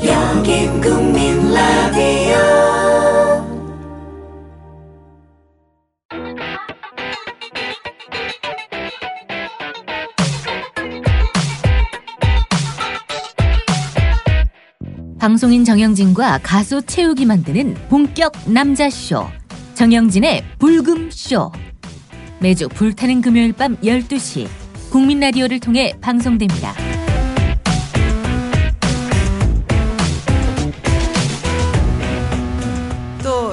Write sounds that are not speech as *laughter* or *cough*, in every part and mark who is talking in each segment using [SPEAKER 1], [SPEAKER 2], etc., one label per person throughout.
[SPEAKER 1] 국민 국민 라디오
[SPEAKER 2] 방송인 정영진과 가수 채욱이 만드는 본격 남자쇼. 정영진의 불금쇼. 매주 불타는 금요일 밤 12시 국민라디오를 통해 방송됩니다.
[SPEAKER 3] 또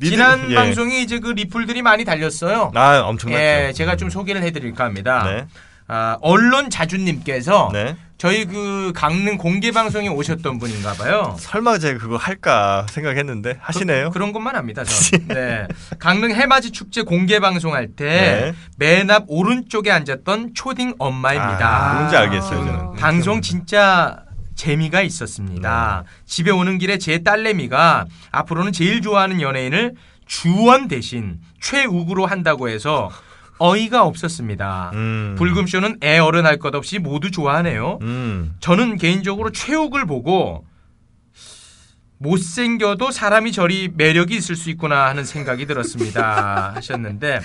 [SPEAKER 4] 니들-
[SPEAKER 5] 지난
[SPEAKER 4] 예.
[SPEAKER 5] 방송이 이제 그 리플들이 많이 달렸어요.
[SPEAKER 4] 아 엄청났죠.
[SPEAKER 5] 예, 제가 좀 소개를 해드릴까 합니다.
[SPEAKER 4] 네.
[SPEAKER 5] 아, 언론 자주님께서
[SPEAKER 4] 네.
[SPEAKER 5] 저희 그 강릉 공개 방송에 오셨던 분인가봐요.
[SPEAKER 4] 설마 제가 그거 할까 생각했는데 하시네요.
[SPEAKER 5] 그, 런 것만 합니다. 저는. 네. 강릉 해맞이 축제 공개 방송할
[SPEAKER 4] 네.
[SPEAKER 5] 때 맨 앞 오른쪽에 앉았던 초딩 엄마입니다. 음,
[SPEAKER 4] 아, 뭔지 알겠어요. 저는. 그렇죠.
[SPEAKER 5] 방송 진짜 재미가
[SPEAKER 4] 네.
[SPEAKER 5] 있었습니다. 집에 오는 길에 제 딸내미가 앞으로는 제일 좋아하는 연예인을 주원 대신 최욱으로 한다고 해서 어이가 없었습니다.
[SPEAKER 4] 음.
[SPEAKER 5] 불금쇼는 애 어른 할 것 없이 모두 좋아하네요.
[SPEAKER 4] 음.
[SPEAKER 5] 저는 개인적으로 최욱을 보고 못생겨도 사람이 저리 매력이 있을 수 있구나 하는 생각이 들었습니다. 하셨는데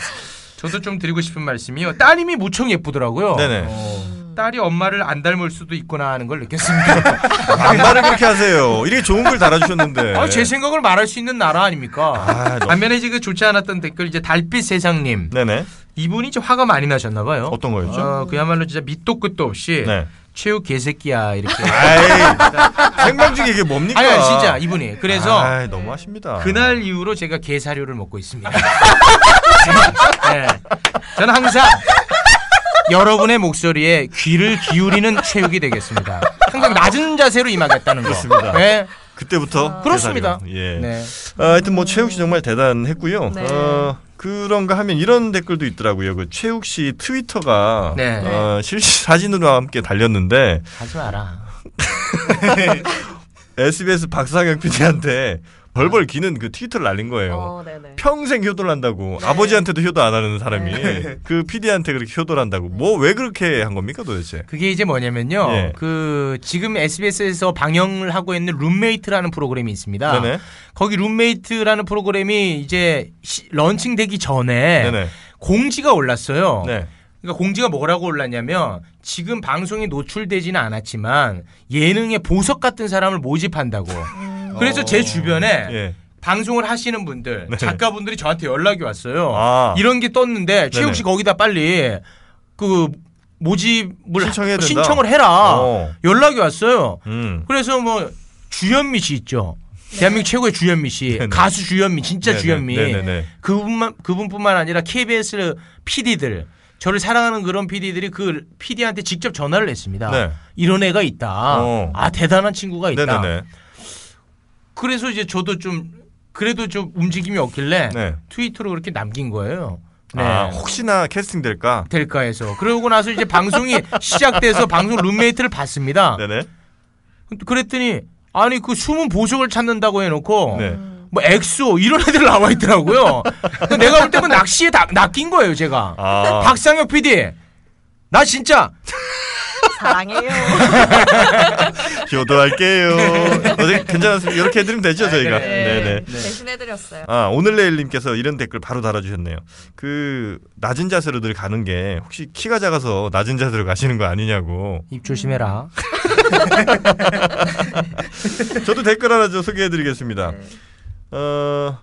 [SPEAKER 5] 저도 좀 드리고 싶은 말씀이요. 따님이 무척 예쁘더라고요.
[SPEAKER 4] 네네.
[SPEAKER 5] 어, 딸이 엄마를 안 닮을 수도 있구나 하는 걸
[SPEAKER 4] *laughs*
[SPEAKER 5] 느꼈습니다.
[SPEAKER 4] 반말을 그렇게 하세요. 이렇게 좋은 글 달아주셨는데.
[SPEAKER 5] 아, 제 생각을 말할 수 있는 나라 아닙니까?
[SPEAKER 4] 네. 아, 너무-
[SPEAKER 5] 반면에 지금 좋지 않았던 댓글 이제 달빛 세상님
[SPEAKER 4] 네네.
[SPEAKER 5] 이분이 이제 화가 많이 나셨나 봐요.
[SPEAKER 4] 어떤 거였죠?
[SPEAKER 5] 어, 그야말로 진짜 밑도 끝도 없이
[SPEAKER 4] 네. 아,
[SPEAKER 5] 최욱 개새끼야 이렇게.
[SPEAKER 4] 아이 생방 중에 이게 뭡니까?
[SPEAKER 5] 아니, 아니 진짜 이분이 그래서
[SPEAKER 4] 그러니까. 아이, 너무하십니다.
[SPEAKER 5] 그날 이후로 제가 게사료를 먹고 있습니다. *laughs* 네. 저는 항상 여러분의 목소리에 귀를 기울이는 체육이 되겠습니다. 항상 낮은 자세로 임하겠다는 거.
[SPEAKER 4] 그렇습니다.
[SPEAKER 5] 네.
[SPEAKER 4] 그때부터
[SPEAKER 5] 그렇습니다.
[SPEAKER 4] 계산이요. 예.
[SPEAKER 5] 네.
[SPEAKER 4] 아, 하여튼 뭐 최욱 씨 정말 대단했고요. 어, 그런가 하면 이런 댓글도 있더라고요. 그 최욱 씨 트위터가
[SPEAKER 5] 네.
[SPEAKER 4] 어, 실시 사진으로 함께 달렸는데
[SPEAKER 5] 하지 마라.
[SPEAKER 4] SBS 박상혁 PD한테 벌벌 기는 그 트위터를 날린 거예요. 평생 효도를 한다고 아버지한테도 효도 안 하는 사람이 그 PD한테 그렇게 효도를 한다고 뭐 왜 그렇게 한 겁니까 도대체?
[SPEAKER 5] 그게 이제 뭐냐면요.
[SPEAKER 4] 예.
[SPEAKER 5] 그 지금 SBS에서 방영을 하고 있는 룸메이트라는 프로그램이 있습니다.
[SPEAKER 4] 네네.
[SPEAKER 5] 거기 룸메이트라는 프로그램이 이제 시- 런칭되기 전에
[SPEAKER 4] 네네.
[SPEAKER 5] 공지가 올랐어요.
[SPEAKER 4] 네.
[SPEAKER 5] 그러니까 공지가 뭐라고 올랐냐면 지금 방송에 노출되지는 않았지만 예능의 보석 같은 사람을 모집한다고. 그래서 제 주변에
[SPEAKER 4] 음. 예. 네.
[SPEAKER 5] 방송을 하시는 분들, 작가분들이 저한테 연락이 왔어요.
[SPEAKER 4] 아.
[SPEAKER 5] 이런 게 떴는데 최욱 씨
[SPEAKER 4] 네네.
[SPEAKER 5] 거기다 빨리 그 모집을
[SPEAKER 4] 신청해야 된다.
[SPEAKER 5] 신청을 해라.
[SPEAKER 4] 어.
[SPEAKER 5] 연락이 왔어요.
[SPEAKER 4] 음.
[SPEAKER 5] 그래서 뭐 주현미 씨 있죠. 대한민국 최고의 주현미 씨,
[SPEAKER 4] 네. 네네.
[SPEAKER 5] 가수 주현미, 진짜
[SPEAKER 4] 네네.
[SPEAKER 5] 주현미.
[SPEAKER 4] 네네네.
[SPEAKER 5] 그분만 그분뿐만 아니라 KBS PD들 저를 사랑하는 그런 PD들이 그 PD한테 직접 전화를 했습니다.
[SPEAKER 4] 네.
[SPEAKER 5] 이런 애가 있다.
[SPEAKER 4] 어.
[SPEAKER 5] 아 대단한 친구가 있다.
[SPEAKER 4] 네네네.
[SPEAKER 5] 그래서 이제 저도 좀 그래도 좀 움직임이 없길래
[SPEAKER 4] 네.
[SPEAKER 5] 트위터로 그렇게 남긴 거예요. 네.
[SPEAKER 4] 아, 혹시나 캐스팅 될까?
[SPEAKER 5] 될까 해서 그러고 나서
[SPEAKER 4] *laughs*
[SPEAKER 5] 이제 방송이 시작돼서 방송 룸메이트를 봤습니다. *laughs*
[SPEAKER 4] 네네.
[SPEAKER 5] 그랬더니 아니 그 숨은 보석을 찾는다고 해놓고
[SPEAKER 4] 네.
[SPEAKER 5] 뭐 엑소 이런 애들 나와 있더라고요. 근데 내가 볼 때는 낚시에 다, 낚인 거예요 제가.
[SPEAKER 4] 아.
[SPEAKER 5] 박상혁 PD 나 진짜
[SPEAKER 4] 효도할게요.
[SPEAKER 5] 네.
[SPEAKER 4] 어제 괜찮았습니다. 이렇게 해드리면
[SPEAKER 5] 아,
[SPEAKER 4] 되죠 저희가. 네네.
[SPEAKER 6] 대신해드렸어요.
[SPEAKER 4] 아 오늘내일님께서 이런 댓글 바로 달아주셨네요. 그 낮은 자세로 늘 가는 게 혹시 키가 작아서 낮은 자세로 가시는 거 아니냐고.
[SPEAKER 5] 입 조심해라.
[SPEAKER 4] 저도 댓글 하나 좀 소개해드리겠습니다. 어,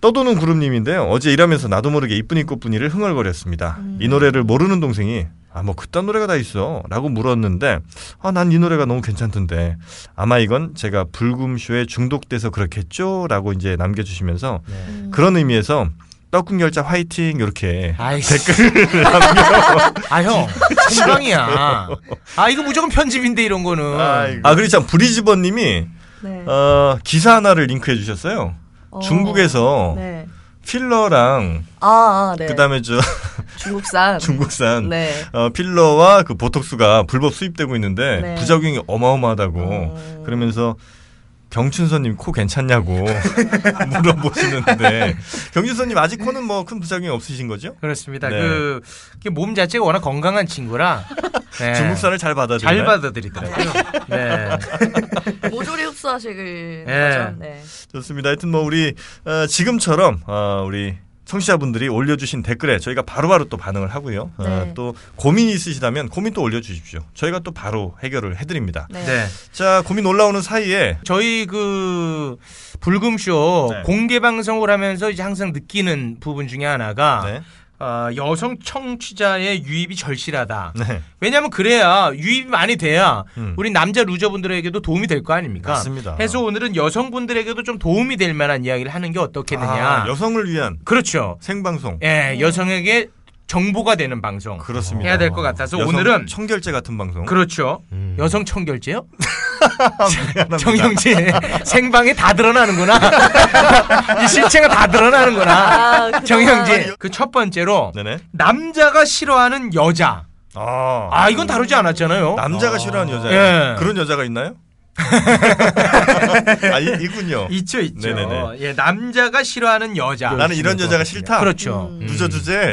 [SPEAKER 4] 떠도는 구름님인데요. 어제 일하면서 나도 모르게 이쁜이 꽃분이를 흥얼거렸습니다. 이 노래를 모르는 동생이 아 뭐 그딴 노래가 다 있어라고 물었는데 아 난 이 노래가 너무 괜찮던데 아마 이건 제가 불금쇼에 중독돼서 그렇겠죠라고 이제 남겨주시면서 그런 의미에서 떡국 열자 화이팅 이렇게
[SPEAKER 5] 아이씨. 댓글 아형 생방이야. 아 이거 무조건 편집인데 이런 거는.
[SPEAKER 4] 아 그리고 참 브리즈번님이
[SPEAKER 6] 네.
[SPEAKER 4] 어, 기사 하나를 링크해 주셨어요.
[SPEAKER 6] 어,
[SPEAKER 4] 중국에서
[SPEAKER 6] 네.
[SPEAKER 4] 필러랑
[SPEAKER 6] 아, 아, 네.
[SPEAKER 4] 그다음에 저 *laughs*
[SPEAKER 6] 중국산.
[SPEAKER 4] 중국산
[SPEAKER 6] 네.
[SPEAKER 4] 어, 필러와 그 보톡스가 불법 수입되고 있는데
[SPEAKER 6] 네.
[SPEAKER 4] 부작용이 어마어마하다고
[SPEAKER 6] 어.
[SPEAKER 4] 그러면서 경춘선님 코 괜찮냐고 *laughs* 물어보시는데 경춘선님 아직 코는 뭐 큰 부작용이 없으신 거죠?
[SPEAKER 5] 그렇습니다.
[SPEAKER 4] 네.
[SPEAKER 5] 그, 그몸 자체가 워낙 건강한 친구라
[SPEAKER 4] *laughs*
[SPEAKER 5] 네.
[SPEAKER 4] 중국산을 잘 받아들여요.
[SPEAKER 5] 잘 받아들이더라고요. 네.
[SPEAKER 6] *laughs* 모조리 흡수하시길.
[SPEAKER 5] 예.
[SPEAKER 6] 바죠. 네.
[SPEAKER 4] 좋습니다. 하여튼 뭐 우리 어, 지금처럼 어, 우리 청취자분들이 올려주신 댓글에 저희가 바로바로 또 반응을 하고요. 어,
[SPEAKER 6] 네.
[SPEAKER 4] 또 고민이 있으시다면 고민 또 올려주십시오. 저희가 또 바로 해결을 해드립니다.
[SPEAKER 6] 네.
[SPEAKER 5] 네.
[SPEAKER 4] 자 고민 올라오는 사이에
[SPEAKER 5] 저희 그 불금쇼
[SPEAKER 4] 네.
[SPEAKER 5] 공개 방송을 하면서 이제 항상 느끼는 부분 중에 하나가
[SPEAKER 4] 네.
[SPEAKER 5] 어, 여성 청취자의 유입이 절실하다.
[SPEAKER 4] 네.
[SPEAKER 5] 왜냐하면 그래야 유입이 많이 돼야
[SPEAKER 4] 음.
[SPEAKER 5] 우리 남자 루저분들에게도 도움이 될 거 아닙니까?
[SPEAKER 4] 맞습니다.
[SPEAKER 5] 해서 오늘은 여성분들에게도 좀 도움이 될 만한 이야기를 하는 게
[SPEAKER 4] 아,
[SPEAKER 5] 어떻겠느냐.
[SPEAKER 4] 여성을 위한
[SPEAKER 5] 그렇죠.
[SPEAKER 4] 생방송
[SPEAKER 5] 예, 여성에게 정보가 되는 방송.
[SPEAKER 4] 그렇습니다.
[SPEAKER 5] 해야 될 것 같아서
[SPEAKER 4] 여성
[SPEAKER 5] 오늘은
[SPEAKER 4] 청결제 같은 방송. 아,
[SPEAKER 5] 그렇죠.
[SPEAKER 4] 음.
[SPEAKER 5] 여성 청결제요?
[SPEAKER 4] 미안합니다.
[SPEAKER 5] *laughs* 정영진 생방에 다 드러나는구나. *laughs* 이 실체가 다
[SPEAKER 6] *laughs* 아,
[SPEAKER 5] 드러나는구나.
[SPEAKER 6] 네.
[SPEAKER 5] 정영진. 그 첫 번째로
[SPEAKER 4] 네네.
[SPEAKER 5] 남자가 싫어하는 여자.
[SPEAKER 4] 아,
[SPEAKER 5] 아 이건 다루지 않았잖아요.
[SPEAKER 4] 남자가 싫어하는 여자.
[SPEAKER 5] 예.
[SPEAKER 4] 그런 여자가
[SPEAKER 5] *laughs*
[SPEAKER 4] 있나요? 아 이, 있군요.
[SPEAKER 5] 있죠, 있죠.
[SPEAKER 4] 네네네.
[SPEAKER 5] 예, 남자가 싫어하는 여자.
[SPEAKER 4] 나는 이런 여자가 싫다.
[SPEAKER 5] 그렇죠.
[SPEAKER 4] 누저 주제.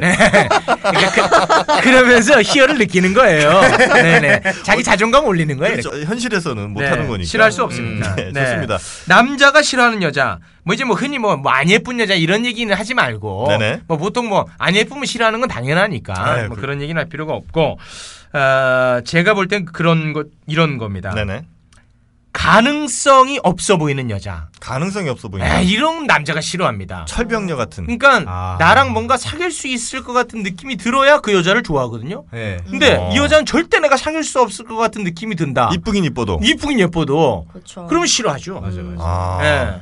[SPEAKER 5] 그러면서 희열을 느끼는 거예요. 네네. 자기 자존감 올리는
[SPEAKER 4] 어,
[SPEAKER 5] 거예요.
[SPEAKER 4] 그렇죠. 현실에서는 못
[SPEAKER 5] 네,
[SPEAKER 4] 하는 거니까.
[SPEAKER 5] 싫어할 수 없습니다.
[SPEAKER 4] 네,
[SPEAKER 5] 네.
[SPEAKER 4] 좋습니다.
[SPEAKER 5] 남자가 싫어하는 여자. 뭐 이제 뭐 흔히 뭐 안 예쁜 여자 이런 얘기는 하지 말고.
[SPEAKER 4] 네네.
[SPEAKER 5] 뭐 보통 뭐 안 예쁘면 싫어하는 건 당연하니까.
[SPEAKER 4] 네,
[SPEAKER 5] 뭐
[SPEAKER 4] 그-
[SPEAKER 5] 그런 얘기는 할 필요가 없고. 어, 제가 볼 땐 그런 것 이런 겁니다.
[SPEAKER 4] 네네.
[SPEAKER 5] 가능성이 없어 보이는 여자.
[SPEAKER 4] 가능성이 없어 보인다.
[SPEAKER 5] 에 네, 이런 남자가 싫어합니다.
[SPEAKER 4] 철벽녀 같은.
[SPEAKER 5] 그러니까
[SPEAKER 4] 아.
[SPEAKER 5] 나랑 뭔가 사귈 수 있을 것 같은 느낌이 들어야 그 여자를 좋아하거든요.
[SPEAKER 7] 예.
[SPEAKER 4] 네.
[SPEAKER 5] 근데
[SPEAKER 4] 어.
[SPEAKER 5] 이 여자는 절대 내가 사귈 수 없을 것 같은 느낌이 든다.
[SPEAKER 4] 이쁘긴 이뻐도.
[SPEAKER 5] 이쁘긴 예뻐도
[SPEAKER 6] 그렇죠.
[SPEAKER 5] 그러면 싫어하죠.
[SPEAKER 4] 아.
[SPEAKER 5] 예.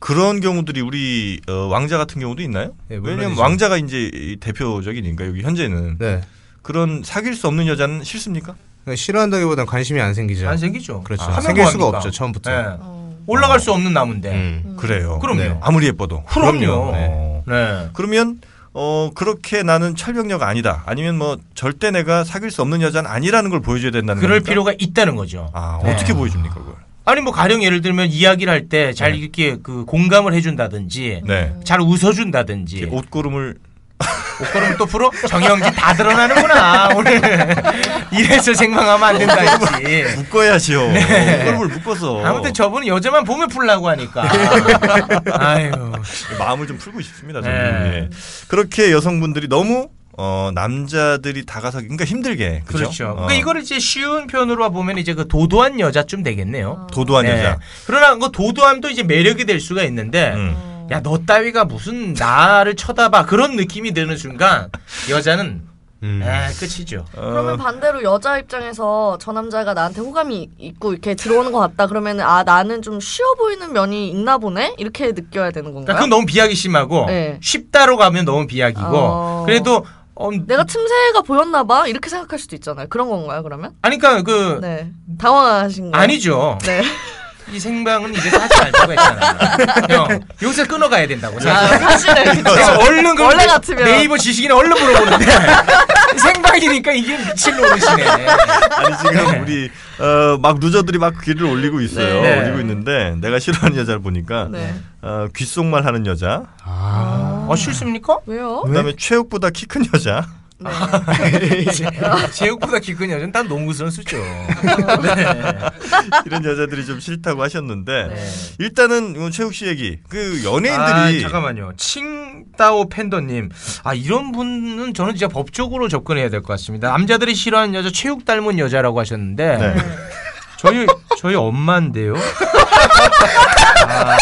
[SPEAKER 4] 그런 경우들이 우리 어, 왕자 같은 경우도 있나요?
[SPEAKER 5] 네, 물론이죠.
[SPEAKER 4] 왜냐면 왕자가 이제 이 대표적이니까 여기 현재는
[SPEAKER 7] 네.
[SPEAKER 4] 그런 사귈 수 없는 여자는 싫습니까?
[SPEAKER 7] 그러니까 싫어한다기보다는 관심이 안 생기죠.
[SPEAKER 5] 안 생기죠.
[SPEAKER 7] 그렇죠.
[SPEAKER 5] 하면
[SPEAKER 7] 생길
[SPEAKER 5] 뭐
[SPEAKER 7] 수가
[SPEAKER 5] 합니까?
[SPEAKER 7] 없죠, 처음부터.
[SPEAKER 5] 예.
[SPEAKER 6] 어.
[SPEAKER 5] 올라갈 수 없는 나무인데.
[SPEAKER 7] 음.
[SPEAKER 4] 그래요. 네.
[SPEAKER 5] 그럼요.
[SPEAKER 4] 아무리 예뻐도.
[SPEAKER 5] 그럼요.
[SPEAKER 4] 어.
[SPEAKER 5] 네.
[SPEAKER 4] 그러면 어 그렇게 나는 철벽녀가 아니다. 아니면 뭐 절대 내가 사귈 수 없는 여자는 아니라는 걸 보여줘야 된다는
[SPEAKER 5] 그럴
[SPEAKER 4] 겁니까?
[SPEAKER 5] 필요가 있다는 거죠.
[SPEAKER 4] 그러니까. 아
[SPEAKER 5] 네.
[SPEAKER 4] 어떻게 보여줍니까 그걸?
[SPEAKER 5] 아니 뭐 가령 예를 들면 이야기를 할 때 잘 이렇게 그 공감을 해준다든지
[SPEAKER 4] 네. 예.
[SPEAKER 5] 잘 웃어준다든지
[SPEAKER 4] 이렇게 옷고름을
[SPEAKER 5] 옷걸음 또 풀어 정영진 다 드러나는구나 오늘 이래서 생방하면 안 된다 했지
[SPEAKER 4] 묶어야지요. 옷고름을 묶어서
[SPEAKER 5] 네. 아무튼 저분은 여자만 보면
[SPEAKER 4] *laughs*
[SPEAKER 5] 풀라고 하니까 아유
[SPEAKER 4] 마음을 좀 풀고 싶습니다. 저는.
[SPEAKER 5] 네.
[SPEAKER 4] 예. 그렇게 여성분들이 너무 어, 남자들이 다가서기 그러니까 힘들게 그죠?
[SPEAKER 5] 그렇죠
[SPEAKER 4] 어,
[SPEAKER 5] 그러니까 이거를 이제 쉬운 표현으로 보면 이제 그 도도한 여자쯤
[SPEAKER 6] 어.
[SPEAKER 5] 되겠네요
[SPEAKER 4] 도도한
[SPEAKER 5] 네. *laughs*
[SPEAKER 4] 여자.
[SPEAKER 5] 그러나 그 도도함도 이제 매력이 될 수가 있는데
[SPEAKER 4] 음.
[SPEAKER 5] 야 너 따위가 무슨 나를 쳐다봐 그런 느낌이 드는 순간 여자는
[SPEAKER 7] 음.
[SPEAKER 5] 에 끝이죠
[SPEAKER 6] 그러면 반대로 여자 입장에서 저 남자가 나한테 호감이 있고 이렇게 들어오는 것 같다 그러면 아 나는 좀 쉬워 보이는 면이 있나 보네 이렇게 느껴야 되는 건가요?
[SPEAKER 5] 그러니까 그건 너무 비약이 심하고
[SPEAKER 6] 어. 네.
[SPEAKER 5] 쉽다로 가면 너무 비약이고
[SPEAKER 6] 어.
[SPEAKER 5] 그래도 어,
[SPEAKER 6] 내가 틈새가 보였나 봐 이렇게 생각할 수도 있잖아요. 그런 건가요 그러면?
[SPEAKER 5] 아니 그러니까 그
[SPEAKER 6] 네 당황하신 거예요?
[SPEAKER 5] 아니죠.
[SPEAKER 6] 네.
[SPEAKER 5] 이 생방은 이제 사지 말자고 했잖아. 형, 요새 끊어가야 된다고.
[SPEAKER 6] 아,
[SPEAKER 5] 사실.
[SPEAKER 6] *laughs* 사실은
[SPEAKER 5] 내가 얼른 그럼
[SPEAKER 6] 원래
[SPEAKER 5] 네-
[SPEAKER 6] 같으면.
[SPEAKER 5] 네이버 지식이나 얼른 물어보는데 *laughs* 생방이니까 이게 미친 노릇이네.
[SPEAKER 4] 아니 지금 우리 어, 막 루저들이 막 귀를 올리고 있어요.
[SPEAKER 5] 네.
[SPEAKER 4] 올리고 있는데 내가 싫어하는 여자를 보니까
[SPEAKER 6] 네.
[SPEAKER 4] 어, 귓속말 하는 여자,
[SPEAKER 5] 어
[SPEAKER 4] *laughs*
[SPEAKER 5] 싫습니까?
[SPEAKER 6] 아. 왜요?
[SPEAKER 5] 네?
[SPEAKER 4] 그다음에 최욱보다 키 큰 여자. *laughs*
[SPEAKER 6] 네.
[SPEAKER 5] 제육보다 기근 여자는 딴 농구 선수죠.
[SPEAKER 4] 이런 여자들이 좀 싫다고 하셨는데
[SPEAKER 6] 네.
[SPEAKER 4] 일단은 이건 최욱 씨 얘기 그
[SPEAKER 5] 아,
[SPEAKER 4] 연예인들이
[SPEAKER 5] 잠깐만요. 칭따오 팬더님. 아 이런 분은 저는 진짜 법적으로 접근해야 될 것 같습니다. 남자들이 싫어하는 여자 체육 닮은 여자라고 하셨는데
[SPEAKER 4] 네.
[SPEAKER 5] 저희 저희
[SPEAKER 4] *laughs*
[SPEAKER 5] 엄마인데요. 아,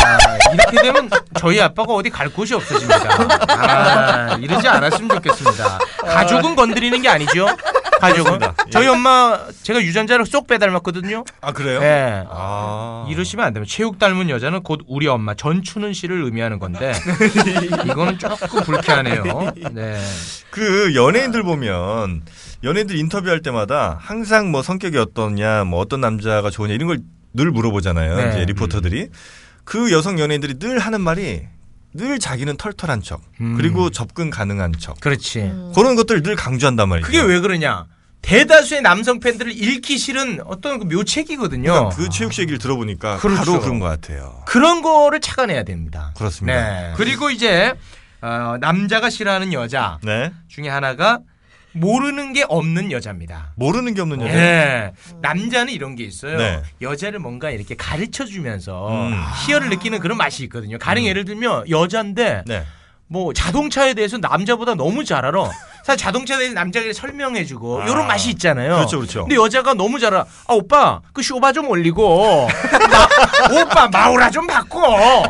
[SPEAKER 5] 이렇게 되면 저희 아빠가 어디 갈 곳이 없어집니다. 아, 이러지 않았으면 좋겠습니다. 가족은 건드리는 게 아니죠. 가족은
[SPEAKER 4] 그렇습니다. 예.
[SPEAKER 5] 저희 엄마 제가 유전자를 쏙 빼닮았거든요.
[SPEAKER 4] 아 그래요?
[SPEAKER 5] 예.
[SPEAKER 4] 아
[SPEAKER 5] 이러시면 안 됩니다. 체육 닮은 여자는 곧 우리 엄마 전추는 씨를 의미하는 건데 이거는 조금 불쾌하네요. 네.
[SPEAKER 4] 그 연예인들 보면 연예인들 인터뷰할 때마다 항상 뭐 성격이 어떠냐, 뭐 어떤 남자가 좋으냐 이런 걸 늘 물어보잖아요.
[SPEAKER 5] 네.
[SPEAKER 4] 이제 리포터들이 그 여성 연예인들이 늘 하는 말이 늘 자기는 털털한 척
[SPEAKER 5] 음.
[SPEAKER 4] 그리고 접근 가능한 척
[SPEAKER 5] 그렇지.
[SPEAKER 4] 그런 것들을 늘 강조한단 말이죠.
[SPEAKER 5] 그게 왜 그러냐? 대다수의 남성 팬들을 잃기 싫은 어떤 그 묘책이거든요.
[SPEAKER 4] 그러니까 그 최욱 씨 얘기를 들어보니까
[SPEAKER 5] 그렇죠.
[SPEAKER 4] 바로 그런 것 같아요.
[SPEAKER 5] 그런 거를 착안해야 됩니다.
[SPEAKER 4] 그렇습니다.
[SPEAKER 5] 네. 그리고 이제 어, 남자가 싫어하는 여자
[SPEAKER 4] 네
[SPEAKER 5] 중에 하나가 모르는 게 없는 여자입니다.
[SPEAKER 4] 모르는 게 없는
[SPEAKER 5] 예.
[SPEAKER 4] 여자.
[SPEAKER 5] 남자는 이런 게 있어요.
[SPEAKER 4] 네.
[SPEAKER 5] 여자를 뭔가 이렇게 가르쳐 주면서
[SPEAKER 4] 음.
[SPEAKER 5] 희열을 느끼는 그런 맛이 있거든요. 가령 예를 들면 여자인데
[SPEAKER 4] 네.
[SPEAKER 5] 뭐 자동차에 대해서 남자보다 너무 잘 알아. 사실 자동차에 대해서 남자에게 설명해주고
[SPEAKER 4] 아.
[SPEAKER 5] 이런 맛이 있잖아요.
[SPEAKER 4] 그렇죠, 그렇죠.
[SPEAKER 5] 근데 여자가 너무 잘 알아. 아 오빠 그 쇼바 좀 올리고 마- 오빠 마우라 좀 바꿔.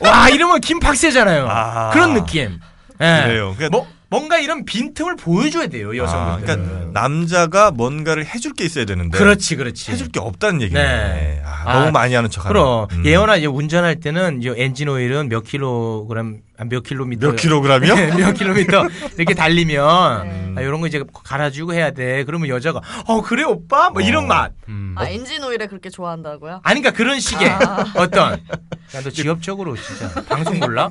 [SPEAKER 5] 와 이러면 김팍세잖아요.
[SPEAKER 4] 아.
[SPEAKER 5] 그런 느낌. 예.
[SPEAKER 4] 그래요. 그러니까-
[SPEAKER 5] 뭐 뭔가 이런 빈틈을 보여줘야 돼요
[SPEAKER 4] 아,
[SPEAKER 5] 여성분들.
[SPEAKER 4] 그러니까 남자가 뭔가를 해줄 게 있어야 되는데
[SPEAKER 5] 네. 그렇지 그렇지.
[SPEAKER 4] 해줄 게 없다는 얘기네.
[SPEAKER 5] 네.
[SPEAKER 4] 아,
[SPEAKER 5] 아,
[SPEAKER 4] 너무 많이 하는 척하는.
[SPEAKER 5] 그럼
[SPEAKER 4] 음.
[SPEAKER 5] 예언아 이제 운전할 때는 이 엔진 오일은 몇 킬로그램 아, 몇 킬로미터
[SPEAKER 4] 몇 킬로그램이요?
[SPEAKER 5] 네, *laughs* 몇 킬로미터 이렇게 달리면 아, 이런 거 이제 갈아주고 해야 돼. 그러면 여자가 어 그래 오빠 뭐 이런
[SPEAKER 4] 어.
[SPEAKER 5] 맛.
[SPEAKER 6] 아 엔진 오일에 그렇게 좋아한다고요?
[SPEAKER 5] 아니 그러니까 그런 식의
[SPEAKER 6] 아.
[SPEAKER 5] 어떤 야, 너 직업적으로 진짜 방송 몰라?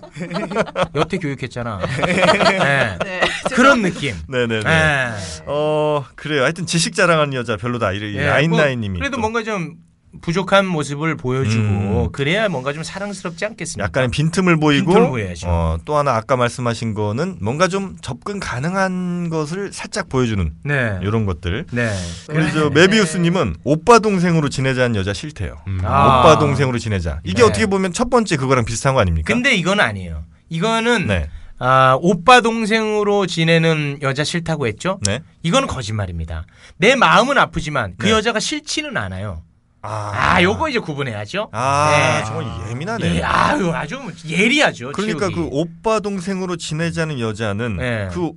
[SPEAKER 5] 여태 교육했잖아. 네.
[SPEAKER 6] 네.
[SPEAKER 5] 그런 느낌.
[SPEAKER 4] 네네네.
[SPEAKER 5] 네.
[SPEAKER 4] 어 그래요. 하여튼 지식 자랑하는 여자 별로다. 이래
[SPEAKER 5] 예,
[SPEAKER 4] 아인라인님이
[SPEAKER 5] 뭐 그래도
[SPEAKER 4] 또
[SPEAKER 5] 뭔가 좀 부족한 모습을 보여주고
[SPEAKER 4] 음.
[SPEAKER 5] 그래야 뭔가 좀 사랑스럽지 않겠습니까?
[SPEAKER 4] 약간의 빈틈을 보이고
[SPEAKER 5] 빈틈을 보여야죠.
[SPEAKER 4] 어, 또 하나 아까 말씀하신 거는 뭔가 좀 접근 가능한 것을 살짝 보여주는
[SPEAKER 5] 네.
[SPEAKER 4] 이런 것들.
[SPEAKER 5] 네.
[SPEAKER 4] 우리 저 메비우스님은 오빠 동생으로 지내자는 여자 싫대요.
[SPEAKER 5] 아.
[SPEAKER 4] 오빠 동생으로 지내자. 이게
[SPEAKER 5] 네.
[SPEAKER 4] 어떻게 보면 첫 번째 그거랑 비슷한 거 아닙니까?
[SPEAKER 5] 근데 이건 아니에요. 이거는
[SPEAKER 4] 네.
[SPEAKER 5] 아, 오빠 동생으로 지내는 여자 싫다고 했죠?
[SPEAKER 4] 네.
[SPEAKER 5] 이건 거짓말입니다. 내 마음은 아프지만 그
[SPEAKER 4] 네.
[SPEAKER 5] 여자가 싫지는 않아요. 아, 요거 이제 구분해야죠.
[SPEAKER 4] 아,
[SPEAKER 5] 네.
[SPEAKER 4] 정말 예민하네.
[SPEAKER 5] 예, 아유, 아주 예리하죠.
[SPEAKER 4] 그러니까
[SPEAKER 5] 지옥이.
[SPEAKER 4] 그 오빠 동생으로 지내자는 여자는
[SPEAKER 5] 네.
[SPEAKER 4] 그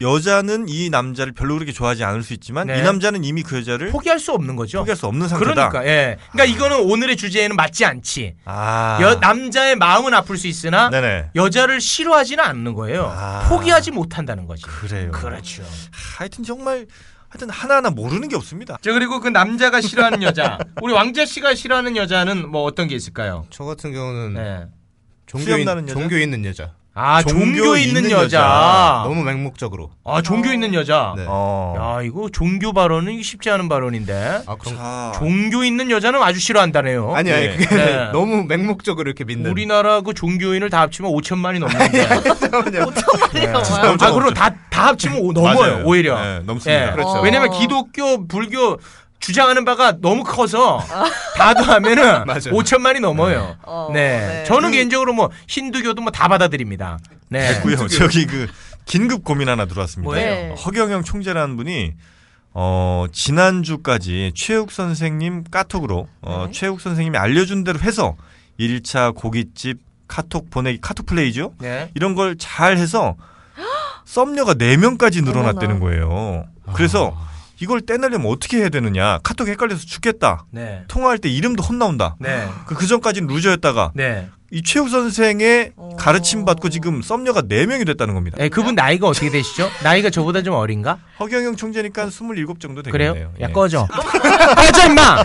[SPEAKER 4] 여자는 이 남자를 별로 그렇게 좋아하지 않을 수 있지만
[SPEAKER 5] 네.
[SPEAKER 4] 이 남자는 이미 그 여자를
[SPEAKER 5] 포기할 수 없는 거죠.
[SPEAKER 4] 포기할 수 없는 상태다.
[SPEAKER 5] 그러니까 예. 그러니까 이거는 오늘의 주제에는 맞지 않지.
[SPEAKER 4] 아,
[SPEAKER 5] 여- 남자의 마음은 아플 수 있으나
[SPEAKER 4] 네네.
[SPEAKER 5] 여자를 싫어하지는 않는 거예요.
[SPEAKER 4] 아.
[SPEAKER 5] 포기하지 못한다는 거지.
[SPEAKER 4] 그래요.
[SPEAKER 5] 그렇죠.
[SPEAKER 4] 하여튼 정말 하여튼 하나하나 모르는 게 없습니다.
[SPEAKER 5] 자 그리고 그 남자가
[SPEAKER 4] *laughs*
[SPEAKER 5] 싫어하는 여자 우리 왕자 씨가 싫어하는 여자는 뭐 어떤 게 있을까요?
[SPEAKER 7] 저 같은 경우는
[SPEAKER 5] 네.
[SPEAKER 7] 종교,
[SPEAKER 4] 수염
[SPEAKER 7] 있,
[SPEAKER 4] 나는 여자?
[SPEAKER 7] 종교 있는 여자.
[SPEAKER 5] 아 종교,
[SPEAKER 4] 종교
[SPEAKER 5] 있는,
[SPEAKER 4] 있는
[SPEAKER 5] 여자.
[SPEAKER 4] 여자.
[SPEAKER 7] 너무 맹목적으로.
[SPEAKER 5] 아 종교 있는 여자.
[SPEAKER 7] 네.
[SPEAKER 4] 어.
[SPEAKER 5] 야 이거 종교 발언은 이게 쉽지 않은 발언인데
[SPEAKER 7] 아 그런.
[SPEAKER 4] 자,
[SPEAKER 5] 종교 있는 여자는 아주 싫어한다네요.
[SPEAKER 7] 아니
[SPEAKER 4] 네.
[SPEAKER 7] 아니 그게
[SPEAKER 5] 네.
[SPEAKER 7] *laughs* 너무 맹목적으로 이렇게 믿는.
[SPEAKER 5] 우리나라 그 종교인을 다 합치면 5천만이 넘는데.
[SPEAKER 4] 아,
[SPEAKER 5] 아, 그럼 다, 다 합치면 오- 넘어요,
[SPEAKER 4] 맞아요.
[SPEAKER 5] 오히려.
[SPEAKER 4] 네, 넘습니다.
[SPEAKER 5] 예.
[SPEAKER 6] 그렇죠.
[SPEAKER 5] 왜냐면
[SPEAKER 6] 어.
[SPEAKER 5] 기독교, 불교 주장하는 바가 너무 커서 다 더하면은
[SPEAKER 7] 맞아요.
[SPEAKER 5] 5천만이 넘어요.
[SPEAKER 6] 어,
[SPEAKER 5] 네.
[SPEAKER 6] 네.
[SPEAKER 5] 저는 개인적으로 뭐 힌두교도 뭐 다 받아들입니다. 네.
[SPEAKER 4] 됐고요. 저기 그 긴급 고민 하나 들어왔습니다.
[SPEAKER 6] 네.
[SPEAKER 5] 뭐예요?
[SPEAKER 4] 허경영 총재라는 분이 어, 지난주까지 최욱 선생님 카톡으로 어, 최욱 선생님이 알려준 대로 해서 1차 고깃집 카톡 보내기 카톡 플레이죠.
[SPEAKER 5] 네.
[SPEAKER 4] 이런 걸 잘 해서 썸녀가 4명까지 늘어났다는 거예요. 그래서 이걸 떼내려면 어떻게 해야 되느냐. 카톡 헷갈려서 죽겠다.
[SPEAKER 5] 네.
[SPEAKER 4] 통화할 때 이름도 혼나온다.
[SPEAKER 5] 네.
[SPEAKER 4] 그, 그 전까지는 루저였다가
[SPEAKER 5] 네.
[SPEAKER 4] 이 최욱 선생의
[SPEAKER 6] 어.
[SPEAKER 4] 가르침 받고 지금 썸녀가 4명이 됐다는 겁니다.
[SPEAKER 5] 네, 그분 나이가 어떻게 되시죠? 나이가 저보다 좀 어린가?
[SPEAKER 4] 허경영 총재니까 27 정도 되겠네요.
[SPEAKER 5] 그래요?
[SPEAKER 4] 예.
[SPEAKER 5] 야,
[SPEAKER 4] *laughs*
[SPEAKER 5] 꺼져. 꺼져, 임마!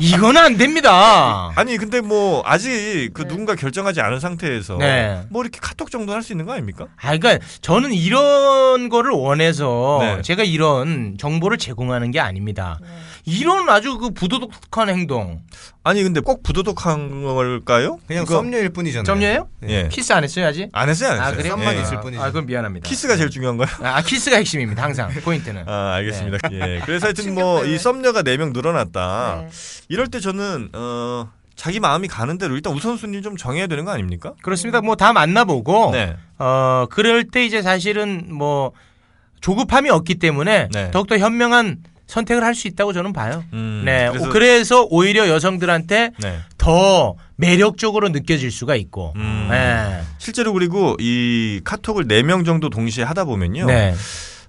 [SPEAKER 5] 이건 안 됩니다.
[SPEAKER 4] 아니 근데 뭐 아직
[SPEAKER 7] 네.
[SPEAKER 4] 그 누군가 결정하지 않은 상태에서
[SPEAKER 5] 네.
[SPEAKER 4] 뭐 이렇게 카톡 정도 할 수 있는 거 아닙니까?
[SPEAKER 5] 아, 그러니까 저는 이런 거를 원해서
[SPEAKER 4] 네.
[SPEAKER 5] 제가 이런 정보를 제공하는 게 아닙니다. 이런 아주 그 부도덕한 행동.
[SPEAKER 4] 아니 근데 꼭 부도덕한 걸까요?
[SPEAKER 7] 그냥
[SPEAKER 4] 이거-
[SPEAKER 7] 썸녀일 뿐이잖아요. 네.
[SPEAKER 5] 점녀예요?
[SPEAKER 4] 예.
[SPEAKER 5] 키스 안 했어요, 아직?
[SPEAKER 4] 안 했어요, 안
[SPEAKER 5] 아,
[SPEAKER 4] 했어요.
[SPEAKER 5] 그래요?
[SPEAKER 7] 썸만
[SPEAKER 4] 예.
[SPEAKER 7] 있을 뿐이죠.
[SPEAKER 5] 아, 그건 미안합니다.
[SPEAKER 4] 키스가 제일 중요한 거예요?
[SPEAKER 5] 아, 키스가 핵심입니다, 항상.
[SPEAKER 4] *laughs*
[SPEAKER 5] 포인트는.
[SPEAKER 4] 아, 알겠습니다.
[SPEAKER 5] 네.
[SPEAKER 4] 예. 그래서 하여튼 뭐 이 썸녀가 4명 늘어났다.
[SPEAKER 6] 네.
[SPEAKER 4] 이럴 때 저는 어 자기 마음이 가는 대로 일단 우선순위 좀 정해야 되는 거 아닙니까?
[SPEAKER 5] 그렇습니다. 뭐 다 만나보고,
[SPEAKER 4] 네.
[SPEAKER 5] 어, 그럴 때 이제 사실은 뭐 조급함이 없기 때문에
[SPEAKER 4] 네.
[SPEAKER 5] 더욱더 현명한 선택을 할 수 있다고 저는 봐요.
[SPEAKER 4] 음,
[SPEAKER 5] 네.
[SPEAKER 4] 그래서-
[SPEAKER 5] 그래서, 그래서 오히려 여성들한테
[SPEAKER 4] 네.
[SPEAKER 5] 더 매력적으로 느껴질 수가 있고.
[SPEAKER 4] 음.
[SPEAKER 5] 네.
[SPEAKER 4] 네 실제로 그리고 이 카톡을 4명 정도 동시에 하다 보면요.
[SPEAKER 5] 네.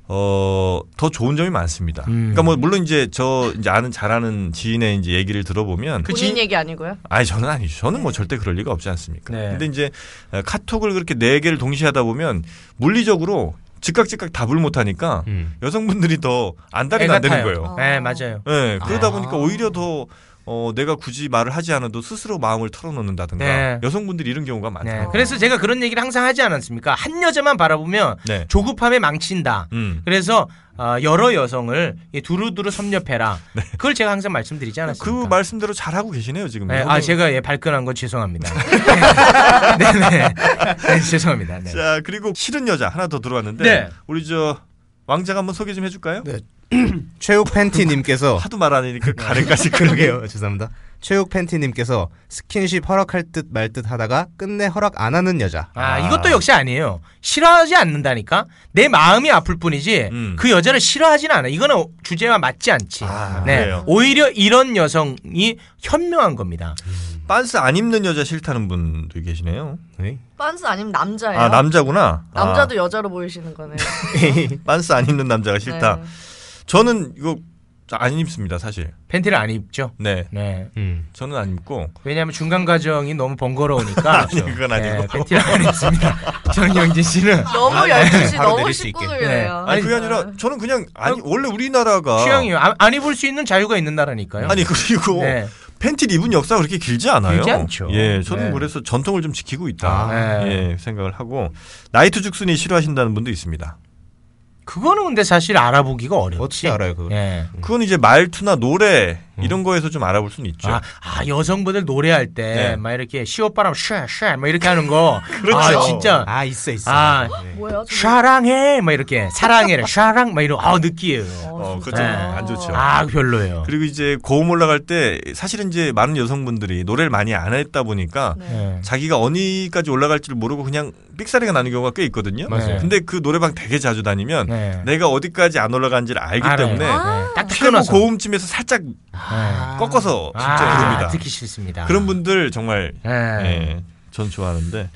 [SPEAKER 4] 어, 더 좋은 점이 많습니다.
[SPEAKER 5] 음.
[SPEAKER 4] 그러니까 뭐 물론 이제 저 이제 아는 잘하는 지인의 이제 얘기를 들어보면
[SPEAKER 5] 그
[SPEAKER 6] 본인
[SPEAKER 5] 진-
[SPEAKER 6] 얘기 아니고요.
[SPEAKER 4] 아니 저는 아니죠. 저는 뭐 절대 그럴 리가 없지 않습니까?
[SPEAKER 5] 네.
[SPEAKER 4] 근데 이제 에, 카톡을 그렇게 네 개를 동시에 하다 보면 물리적으로 즉각 즉각 답을 못 하니까
[SPEAKER 7] 음.
[SPEAKER 4] 여성분들이 더 안달이
[SPEAKER 5] 애가
[SPEAKER 4] 안 되는
[SPEAKER 5] 타요.
[SPEAKER 4] 거예요.
[SPEAKER 5] 네, 맞아요.
[SPEAKER 4] 예. 그러다
[SPEAKER 5] 아.
[SPEAKER 4] 보니까 오히려 더 어, 내가 굳이 말을 하지 않아도 스스로 마음을 털어놓는다든가
[SPEAKER 5] 네.
[SPEAKER 4] 여성분들이 이런 경우가
[SPEAKER 5] 네.
[SPEAKER 4] 많다.
[SPEAKER 5] 그래서 제가 그런 얘기를 항상 하지 않았습니까? 한 여자만 바라보면
[SPEAKER 4] 네.
[SPEAKER 5] 조급함에 망친다.
[SPEAKER 4] 음.
[SPEAKER 5] 그래서 어, 여러 여성을 이 두루두루 섭렵해라. 그걸 제가 항상 말씀드리지
[SPEAKER 4] 네. 그
[SPEAKER 5] 않았습니까?
[SPEAKER 4] 말씀대로 잘하고 계시네요 지금.
[SPEAKER 5] 네, 아 제가 예 발끈한
[SPEAKER 4] *laughs*
[SPEAKER 5] 건 죄송합니다. 네네 네, 죄송합니다. 네.
[SPEAKER 4] 자 그리고 싫은 여자 하나 더 들어왔는데
[SPEAKER 5] 네.
[SPEAKER 4] 우리 저 왕자가 한번 소개 좀 해줄까요?
[SPEAKER 7] 네. 최욱 팬티님께서 *laughs*
[SPEAKER 4] 하도 말 안
[SPEAKER 5] *laughs* 네.
[SPEAKER 4] 하니까 가래까지
[SPEAKER 7] 그러게요. *laughs* 죄송합니다. 최욱 팬티님께서 스킨십 허락할 듯 말 듯 하다가 끝내 허락 안 하는 여자.
[SPEAKER 5] 아, 이것도 역시 아니에요. 싫어하지 않는다니까. 내 마음이 아플 뿐이지
[SPEAKER 4] 음.
[SPEAKER 5] 그 여자를 싫어하진 않아. 이거는 주제와 맞지 않지.
[SPEAKER 4] 아,
[SPEAKER 5] 네.
[SPEAKER 4] 그래요?
[SPEAKER 5] 오히려 이런 여성이 현명한 겁니다.
[SPEAKER 4] 빤스 안 입는 여자 싫다는 분도 계시네요.
[SPEAKER 7] 네.
[SPEAKER 6] 빤스 아니면 남자예요.
[SPEAKER 4] 아 남자구나. 아, *laughs*
[SPEAKER 6] 남자도 여자로 보이시는 거네요.
[SPEAKER 4] 빤스 안 입는 남자가 싫다.
[SPEAKER 6] 네.
[SPEAKER 4] 저는 이거 안 입습니다 사실.
[SPEAKER 5] 팬티를 안 입죠.
[SPEAKER 4] 네,
[SPEAKER 5] 네.
[SPEAKER 7] 음.
[SPEAKER 4] 저는 안 입고
[SPEAKER 5] 왜냐하면 중간 과정이 너무 번거로우니까.
[SPEAKER 4] *laughs* 아니, 그건 아니고.
[SPEAKER 5] 네, 팬티를 안 입습니다. *laughs* 정영진 씨는
[SPEAKER 6] 너무
[SPEAKER 4] 아,
[SPEAKER 6] 12시
[SPEAKER 7] 바로
[SPEAKER 6] 너무
[SPEAKER 7] 내릴 수 있게.
[SPEAKER 6] 식구들이에요.
[SPEAKER 5] 네. 아니,
[SPEAKER 4] 아니 그게 아니라 저는 그냥 아니 원래 우리나라가
[SPEAKER 5] 취향이요. 안, 안 입을 수 있는 자유가 있는 나라니까요.
[SPEAKER 4] 어. 아니 그리고
[SPEAKER 5] 네.
[SPEAKER 4] 팬티를 입은 역사가 그렇게 길지 않아요.
[SPEAKER 5] 길지 않죠.
[SPEAKER 4] 예, 저는
[SPEAKER 5] 네.
[SPEAKER 4] 그래서 전통을 좀 지키고 있다.
[SPEAKER 5] 아, 네.
[SPEAKER 4] 예, 생각을 하고 나이트 죽순이 싫어하신다는 분도 있습니다.
[SPEAKER 5] 그거는 근데 사실 알아보기가 어렵지.
[SPEAKER 7] 어떻게 알아요 그걸?
[SPEAKER 5] 예.
[SPEAKER 4] 그건 이제 말투나 노래 이런 거에서 좀 알아볼 수는 있죠.
[SPEAKER 5] 음. 아, 아, 여성분들 노래할 때
[SPEAKER 4] 그렇죠. 네.
[SPEAKER 5] 막 이렇게 시옷바람 샤샤 막 이렇게
[SPEAKER 4] *laughs*
[SPEAKER 5] 하는 거.
[SPEAKER 4] 그렇죠.
[SPEAKER 5] 아 진짜.
[SPEAKER 7] 아 있어 있어.
[SPEAKER 5] 아.
[SPEAKER 7] 네.
[SPEAKER 6] 뭐예요? 저기?
[SPEAKER 5] 샤랑해 막 이렇게 사랑해를 샤랑 막 이런 아 느끼해요.
[SPEAKER 4] 어, 그거
[SPEAKER 5] 네.
[SPEAKER 4] 좀안 좋죠.
[SPEAKER 5] 아 별로예요.
[SPEAKER 4] 그리고 이제 고음 올라갈 때 사실은 이제 많은 여성분들이 노래를 많이 안 했다 보니까
[SPEAKER 5] 예.
[SPEAKER 4] 자기가 어디까지 올라갈지를 모르고 그냥 삑사리가 나는 경우가 꽤 있거든요.
[SPEAKER 5] 맞아요.
[SPEAKER 4] 근데 그 노래방 되게 자주 다니면
[SPEAKER 5] 네.
[SPEAKER 4] 내가 어디까지 안 올라간지를 알기
[SPEAKER 5] 알아요. 아.
[SPEAKER 4] 때문에
[SPEAKER 5] 네. 딱
[SPEAKER 4] 최고
[SPEAKER 5] 튀어나서
[SPEAKER 4] 고음쯤에서 살짝 꺾어서 진짜 부릅니다.
[SPEAKER 5] 듣기 싫습니다.
[SPEAKER 4] 그런 분들 정말
[SPEAKER 5] 예.
[SPEAKER 4] 예, 전 좋아하는데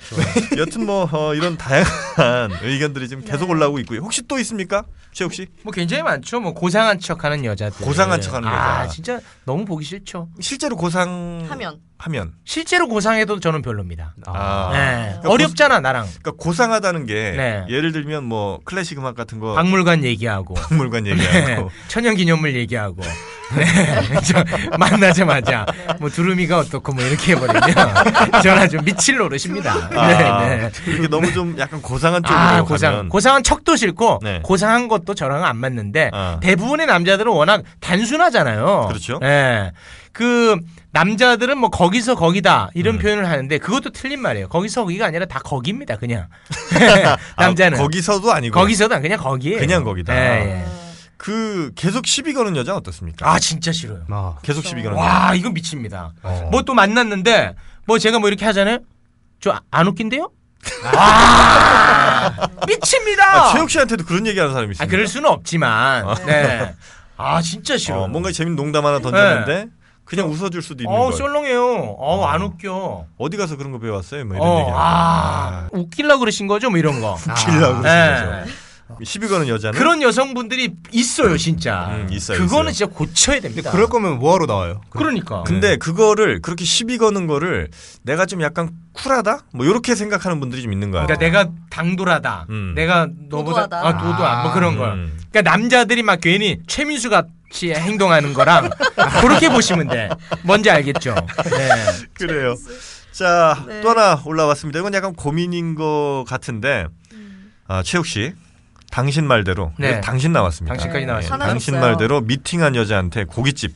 [SPEAKER 4] *laughs* 여튼 뭐 어, 이런 다양한 *laughs* 의견들이 지금
[SPEAKER 6] 네.
[SPEAKER 4] 계속 올라오고 있고요. 혹시 또 있습니까, 최욱 씨?
[SPEAKER 5] 뭐 굉장히 많죠. 뭐 고상한 척하는 여자들.
[SPEAKER 4] 고상한 척하는
[SPEAKER 5] 아
[SPEAKER 4] 여자.
[SPEAKER 5] 진짜 너무 보기 싫죠.
[SPEAKER 4] 실제로 고상
[SPEAKER 6] 하면
[SPEAKER 4] 하면
[SPEAKER 5] 실제로 고상해도 저는 별로입니다.
[SPEAKER 4] 아.
[SPEAKER 5] 네.
[SPEAKER 4] 그러니까
[SPEAKER 5] 어렵잖아 나랑.
[SPEAKER 4] 그러니까 고상하다는 게
[SPEAKER 5] 네.
[SPEAKER 4] 예를 들면 뭐 클래식 음악 같은 거
[SPEAKER 5] 박물관 얘기하고
[SPEAKER 4] 박물관 *laughs*
[SPEAKER 5] 네.
[SPEAKER 4] 얘기하고
[SPEAKER 5] 천연기념물 얘기하고 네. *laughs* 저 만나자마자 뭐 두루미가 어떻고 뭐 이렇게 해버리면 *laughs* 저는 좀 미칠 노릇입니다.
[SPEAKER 4] 아,
[SPEAKER 5] *laughs* 네, 네.
[SPEAKER 4] 이렇게 너무 좀 약간 고상한 쪽으로
[SPEAKER 5] 아
[SPEAKER 4] 가면
[SPEAKER 5] 고상 고상한 척도 싫고
[SPEAKER 4] 네.
[SPEAKER 5] 고상한 것도 저랑 안 맞는데
[SPEAKER 4] 아.
[SPEAKER 5] 대부분의 남자들은 워낙 단순하잖아요.
[SPEAKER 4] 그렇죠.
[SPEAKER 5] 예. 그 남자들은 뭐 거기서 거기다 이런
[SPEAKER 4] 음.
[SPEAKER 5] 표현을 하는데 그것도 틀린 말이에요. 거기서 거기가 아니라 다 거기입니다. 그냥
[SPEAKER 4] *laughs* 아,
[SPEAKER 5] *laughs* 남자는
[SPEAKER 4] 거기서도 아니고
[SPEAKER 5] 거기서도 안 그냥 거기에
[SPEAKER 4] 그냥 거기다.
[SPEAKER 5] 예, 예.
[SPEAKER 4] 그 계속 시비 거는 여자 어떻습니까?
[SPEAKER 5] 아 그렇죠. 진짜 싫어요.
[SPEAKER 7] 아.
[SPEAKER 4] 계속 시비 거는 여자.
[SPEAKER 5] 와 이건 미칩니다.
[SPEAKER 4] 어.
[SPEAKER 5] 뭐 또 만났는데 뭐 제가 뭐 이렇게 하잖아요. 저 안 웃긴데요? 아 미칩니다.
[SPEAKER 4] 아, 최욱 씨한테도 그런 얘기하는 사람이 있어요.
[SPEAKER 5] 아, 그럴 수는 없지만 네. 아 진짜 싫어.
[SPEAKER 4] 어, 뭔가 재밌는 농담 하나 던졌는데 그냥 웃어줄 수도 있는
[SPEAKER 5] 네. 어우
[SPEAKER 4] 거예요.
[SPEAKER 5] 썰렁해요. 어우 안 웃겨.
[SPEAKER 4] 어디 가서 그런 거 배웠어요? 뭐 이런
[SPEAKER 5] 어,
[SPEAKER 4] 얘기. 아,
[SPEAKER 5] 아, 웃기려고 그러신 거죠? 뭐 이런 거.
[SPEAKER 4] 웃기려고
[SPEAKER 5] 예.
[SPEAKER 4] 시비 거는 여자는
[SPEAKER 5] 그런 여성분들이 있어요, 진짜.
[SPEAKER 4] 음, 있어요,
[SPEAKER 5] 그거는
[SPEAKER 4] 있어요.
[SPEAKER 5] 진짜 고쳐야
[SPEAKER 7] 근데
[SPEAKER 5] 됩니다.
[SPEAKER 7] 그럴 거면 뭐하러 나와요?
[SPEAKER 5] 아, 그러니까.
[SPEAKER 4] 근데 그거를 그렇게 시비 거는 거를 내가 좀 약간 쿨하다? 뭐 이렇게 생각하는 분들이 좀 있는 거야.
[SPEAKER 5] 그러니까 내가 당돌하다.
[SPEAKER 4] 음.
[SPEAKER 5] 내가 너보다
[SPEAKER 6] 도도하다.
[SPEAKER 5] 아, 도도한 뭐 그런 걸.
[SPEAKER 4] 음.
[SPEAKER 5] 그러니까 남자들이 막 괜히 최민수 같이 행동하는 거랑 그렇게 보시면 돼. 뭔지 알겠죠? 네.
[SPEAKER 4] 그래요. 자,
[SPEAKER 6] 네.
[SPEAKER 4] 또 하나 올라왔습니다. 이건 약간 고민인 것 같은데,
[SPEAKER 6] 음.
[SPEAKER 4] 아, 최욱 씨, 당신 말대로,
[SPEAKER 5] 네.
[SPEAKER 4] 여기 당신 나왔습니다.
[SPEAKER 5] 당신까지 나왔습니다.
[SPEAKER 4] 예, 당신
[SPEAKER 6] 하나
[SPEAKER 4] 말대로 미팅한 여자한테 고깃집,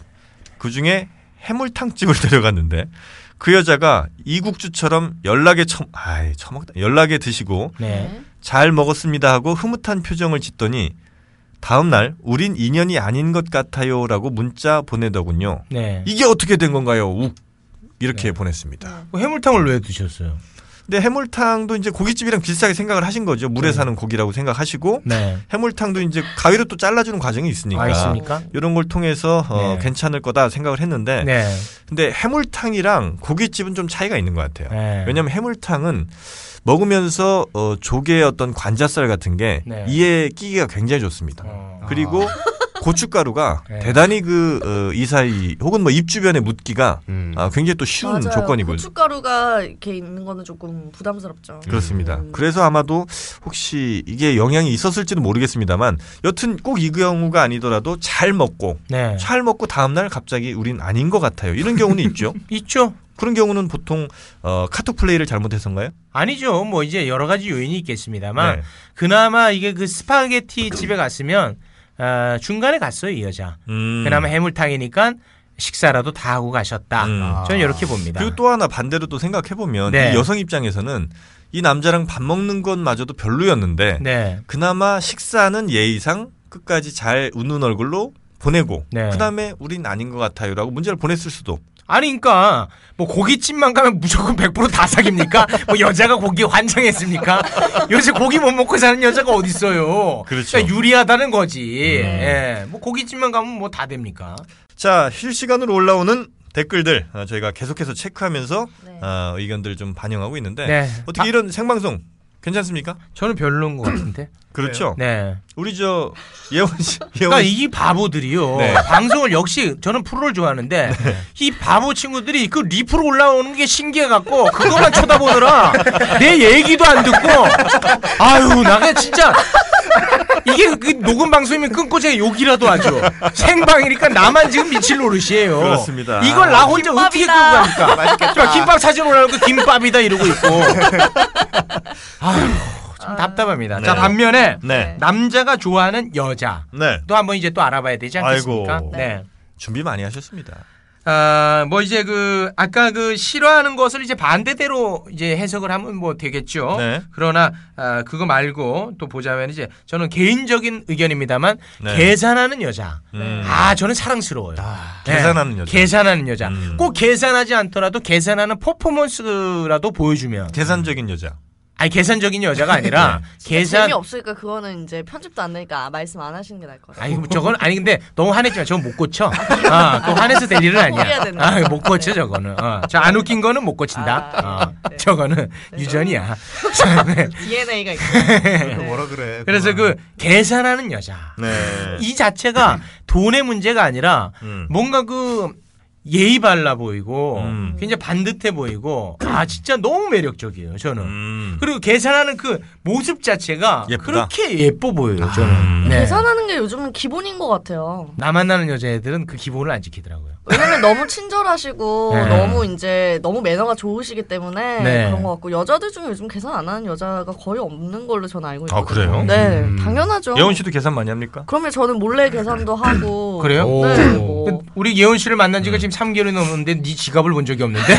[SPEAKER 4] 그 중에 해물탕집을 *laughs* 데려갔는데, 그 여자가 이국주처럼 연락에 처, 아이, 처먹다. 연락에 드시고,
[SPEAKER 5] 네.
[SPEAKER 4] 잘 먹었습니다 하고 흐뭇한 표정을 짓더니, 다음날, 우린 인연이 아닌 것 같아요 라고 문자 보내더군요.
[SPEAKER 5] 네. 네.
[SPEAKER 4] 이게 어떻게 된 건가요? 욱. 이렇게 보냈습니다.
[SPEAKER 5] 해물탕을 왜 드셨어요?
[SPEAKER 4] 근데 해물탕도 이제 고깃집이랑 비슷하게 생각을 하신 거죠. 물에 사는 고기라고 생각하시고
[SPEAKER 5] 네.
[SPEAKER 4] 해물탕도 이제 가위로 또 잘라주는 과정이 있으니까
[SPEAKER 5] 아, 있습니까?
[SPEAKER 4] 이런 걸 통해서 어,
[SPEAKER 5] 네.
[SPEAKER 4] 괜찮을 거다 생각을 했는데
[SPEAKER 5] 네.
[SPEAKER 4] 근데 해물탕이랑 고깃집은 좀 차이가 있는 것 같아요.
[SPEAKER 5] 네.
[SPEAKER 4] 그러니까. 왜냐하면 해물탕은 먹으면서 어, 조개의 어떤 관자살 같은 게
[SPEAKER 5] 네.
[SPEAKER 4] 이에 끼기가 굉장히 좋습니다.
[SPEAKER 5] 어.
[SPEAKER 4] *laughs* 그리고 고춧가루가
[SPEAKER 5] 네.
[SPEAKER 4] 대단히 그 어, 이사이 혹은 뭐 입 주변에 묻기가
[SPEAKER 7] 음.
[SPEAKER 4] 아, 굉장히 또 쉬운
[SPEAKER 6] 맞아요.
[SPEAKER 4] 조건이고요.
[SPEAKER 6] 고춧가루가 이렇게 있는 거는 조금 부담스럽죠.
[SPEAKER 4] 그렇습니다.
[SPEAKER 6] 음.
[SPEAKER 4] 그래서 아마도 혹시 이게 영향이 있었을지는 모르겠습니다만 여튼 꼭 이 경우가 아니더라도 잘 먹고
[SPEAKER 5] 네.
[SPEAKER 4] 잘 먹고 다음날 갑자기 우린 아닌 것 같아요. 이런 경우는
[SPEAKER 5] *laughs*
[SPEAKER 4] 있죠.
[SPEAKER 5] 있죠.
[SPEAKER 4] 그런 경우는 보통 어, 카톡 플레이를 잘못해서인가요?
[SPEAKER 5] 아니죠. 뭐 이제 여러 가지 요인이 있겠습니다만
[SPEAKER 4] 네.
[SPEAKER 5] 그나마 이게 그 스파게티 집에 갔으면 아, 중간에 갔어요 이 여자.
[SPEAKER 4] 음.
[SPEAKER 5] 그나마 해물탕이니까 식사라도 다 하고 가셨다.
[SPEAKER 4] 음.
[SPEAKER 5] 저는 이렇게 봅니다.
[SPEAKER 4] 그리고 또 하나 반대로 또 생각해 보면
[SPEAKER 5] 네.
[SPEAKER 4] 이 여성 입장에서는 이 남자랑 밥 먹는 것마저도 별로였는데
[SPEAKER 5] 네.
[SPEAKER 4] 그나마 식사는 예의상 끝까지 잘 웃는 얼굴로 보내고
[SPEAKER 5] 네.
[SPEAKER 4] 그다음에 우린 아닌 것 같아요라고 문제를 보냈을 수도
[SPEAKER 5] 아니 그러니까 뭐 고깃집만 가면 무조건 100%다 사깁니까? 뭐 여자가 고기 환장했습니까? 요새 고기 못 먹고 사는 여자가 어디 있어요?
[SPEAKER 4] 그렇죠. 음.
[SPEAKER 5] 러니까 유리하다는 거지. 예. 뭐 고깃집만 가면 뭐 다 됩니까?
[SPEAKER 4] 자 실시간으로 올라오는 댓글들 어, 저희가 계속해서 체크하면서
[SPEAKER 6] 네.
[SPEAKER 4] 어, 의견들 좀 반영하고 있는데
[SPEAKER 5] 네.
[SPEAKER 4] 어떻게 이런 생방송 괜찮습니까?
[SPEAKER 5] 저는 별론 것 같은데.
[SPEAKER 4] 그렇죠.
[SPEAKER 5] 네.
[SPEAKER 4] 우리 저 예원 씨, 예원
[SPEAKER 5] 그러니까
[SPEAKER 4] 씨.
[SPEAKER 5] 이 바보들이요.
[SPEAKER 4] 네.
[SPEAKER 5] 방송을 역시 저는 프로를 좋아하는데 이 바보 친구들이 그 리프로 올라오는 게 신기해갖고 그것만 쳐다보느라 내 얘기도 안 듣고 아유 나가 진짜 이게 그 녹음 방송이면 끊고 제가 욕이라도 하죠. 생방이니까 나만 지금 미칠 노릇이에요.
[SPEAKER 4] 그렇습니다. 아,
[SPEAKER 5] 이걸 나 혼자 어떻게 끌고
[SPEAKER 7] *laughs*
[SPEAKER 5] 가니까. 그러니까 김밥 사진 올라오고 김밥이다 이러고 있고. 아유 좀 답답합니다. 자
[SPEAKER 4] 네.
[SPEAKER 5] 반면에
[SPEAKER 4] 네,
[SPEAKER 5] 남자가 좋아하는 여자.
[SPEAKER 4] 네
[SPEAKER 5] 또 한번 이제 또 알아봐야 되지 않겠습니까?
[SPEAKER 4] 아이고.
[SPEAKER 5] 네.
[SPEAKER 4] 준비 많이 하셨습니다.
[SPEAKER 6] 네.
[SPEAKER 5] 아, 뭐 이제 그 아까 그 싫어하는 것을 이제 반대대로 이제 해석을 하면 뭐 되겠죠.
[SPEAKER 4] 네.
[SPEAKER 5] 그러나 아, 그거 말고 또 보자면 이제 저는 개인적인 의견입니다만
[SPEAKER 4] 네.
[SPEAKER 5] 계산하는 여자.
[SPEAKER 4] 음.
[SPEAKER 5] 아, 저는 사랑스러워요. 네.
[SPEAKER 4] 계산하는 여자.
[SPEAKER 5] 계산하는 여자.
[SPEAKER 4] 음.
[SPEAKER 5] 꼭 계산하지 않더라도 계산하는 퍼포먼스라도 보여주면.
[SPEAKER 4] 계산적인 네. 여자.
[SPEAKER 5] 아니 계산적인 여자가 아니라 계산
[SPEAKER 6] 재미 없으니까 그거는 이제 편집도 안 되니까 말씀 안 하시는 게 나을 것 같아요.
[SPEAKER 5] 아니 그럼 저건 아니 근데 너무 화냈지만 저건 못 고쳐. 아, 또 화내서 될 일은
[SPEAKER 6] 포기해야
[SPEAKER 5] 아니야.
[SPEAKER 6] 된다.
[SPEAKER 5] 아, 못 고쳐 저거는. 어. 저안 웃긴 거는 못 고친다.
[SPEAKER 6] 아,
[SPEAKER 5] 어.
[SPEAKER 6] 네.
[SPEAKER 5] 저거는 유전이야. 자, 네.
[SPEAKER 6] DNA가 있고.
[SPEAKER 7] 뭐라 그래.
[SPEAKER 5] 그래서 그 계산하는 여자
[SPEAKER 4] 네.
[SPEAKER 5] 이 자체가 돈의 문제가 아니라
[SPEAKER 4] 음.
[SPEAKER 5] 뭔가 그 예의 발라 보이고
[SPEAKER 4] 음.
[SPEAKER 5] 굉장히 반듯해 보이고 아 진짜 너무 매력적이에요 저는.
[SPEAKER 4] 음.
[SPEAKER 5] 그리고 계산하는 그 모습 자체가
[SPEAKER 4] 예쁘다.
[SPEAKER 5] 그렇게 예뻐 보여요 저는.
[SPEAKER 4] 음.
[SPEAKER 5] 네.
[SPEAKER 6] 계산하는 게 요즘은 기본인 것 같아요.
[SPEAKER 5] 나 만나는 여자애들은 그 기본을 안 지키더라고요.
[SPEAKER 6] 왜냐면 너무 친절하시고
[SPEAKER 5] 네.
[SPEAKER 6] 너무 이제 너무 매너가 좋으시기 때문에
[SPEAKER 5] 네.
[SPEAKER 6] 그런 것 같고 여자들 중에 요즘 계산 안 하는 여자가 거의 없는 걸로 저는 알고 있거든요.
[SPEAKER 4] 아, 그래요?
[SPEAKER 6] 네,
[SPEAKER 5] 음.
[SPEAKER 6] 당연하죠.
[SPEAKER 4] 예원 씨도 계산 많이 합니까?
[SPEAKER 6] 그러면 저는 몰래
[SPEAKER 4] *laughs*
[SPEAKER 6] 계산도 하고
[SPEAKER 5] 그래요?
[SPEAKER 6] 네, 뭐.
[SPEAKER 5] 우리 예원 씨를 만난 지가 지금 3개월이 넘었는데 네 지갑을 본 적이 없는데.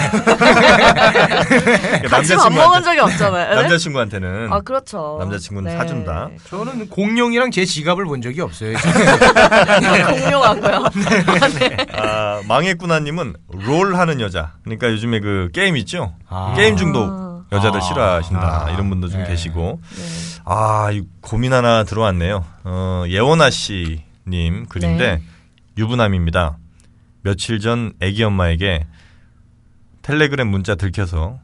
[SPEAKER 5] 네,
[SPEAKER 6] 같이 밥 먹은 적이 없잖아요. 네?
[SPEAKER 4] 네, 그러니까 *laughs* 남자친구한테는
[SPEAKER 6] 아 그렇죠.
[SPEAKER 4] 남자친구는 사준다.
[SPEAKER 5] *laughs* 저는 공룡이랑 제 지갑을 본 적이 없어요.
[SPEAKER 6] 그 공룡하고요.
[SPEAKER 4] 아, 망했구나님은 롤 하는 여자. 그러니까 요즘에 그 게임 있죠.
[SPEAKER 5] 아.
[SPEAKER 4] 게임 중독 여자들
[SPEAKER 5] 아.
[SPEAKER 4] 싫어하신다
[SPEAKER 5] 아.
[SPEAKER 4] 이런 분도 좀
[SPEAKER 5] 네.
[SPEAKER 4] 계시고. 아, 이 고민 하나 들어왔네요. 어, 예원아 씨님 글인데
[SPEAKER 5] 네.
[SPEAKER 4] 유부남입니다. 며칠 전 애기 엄마에게 텔레그램 문자 들켜서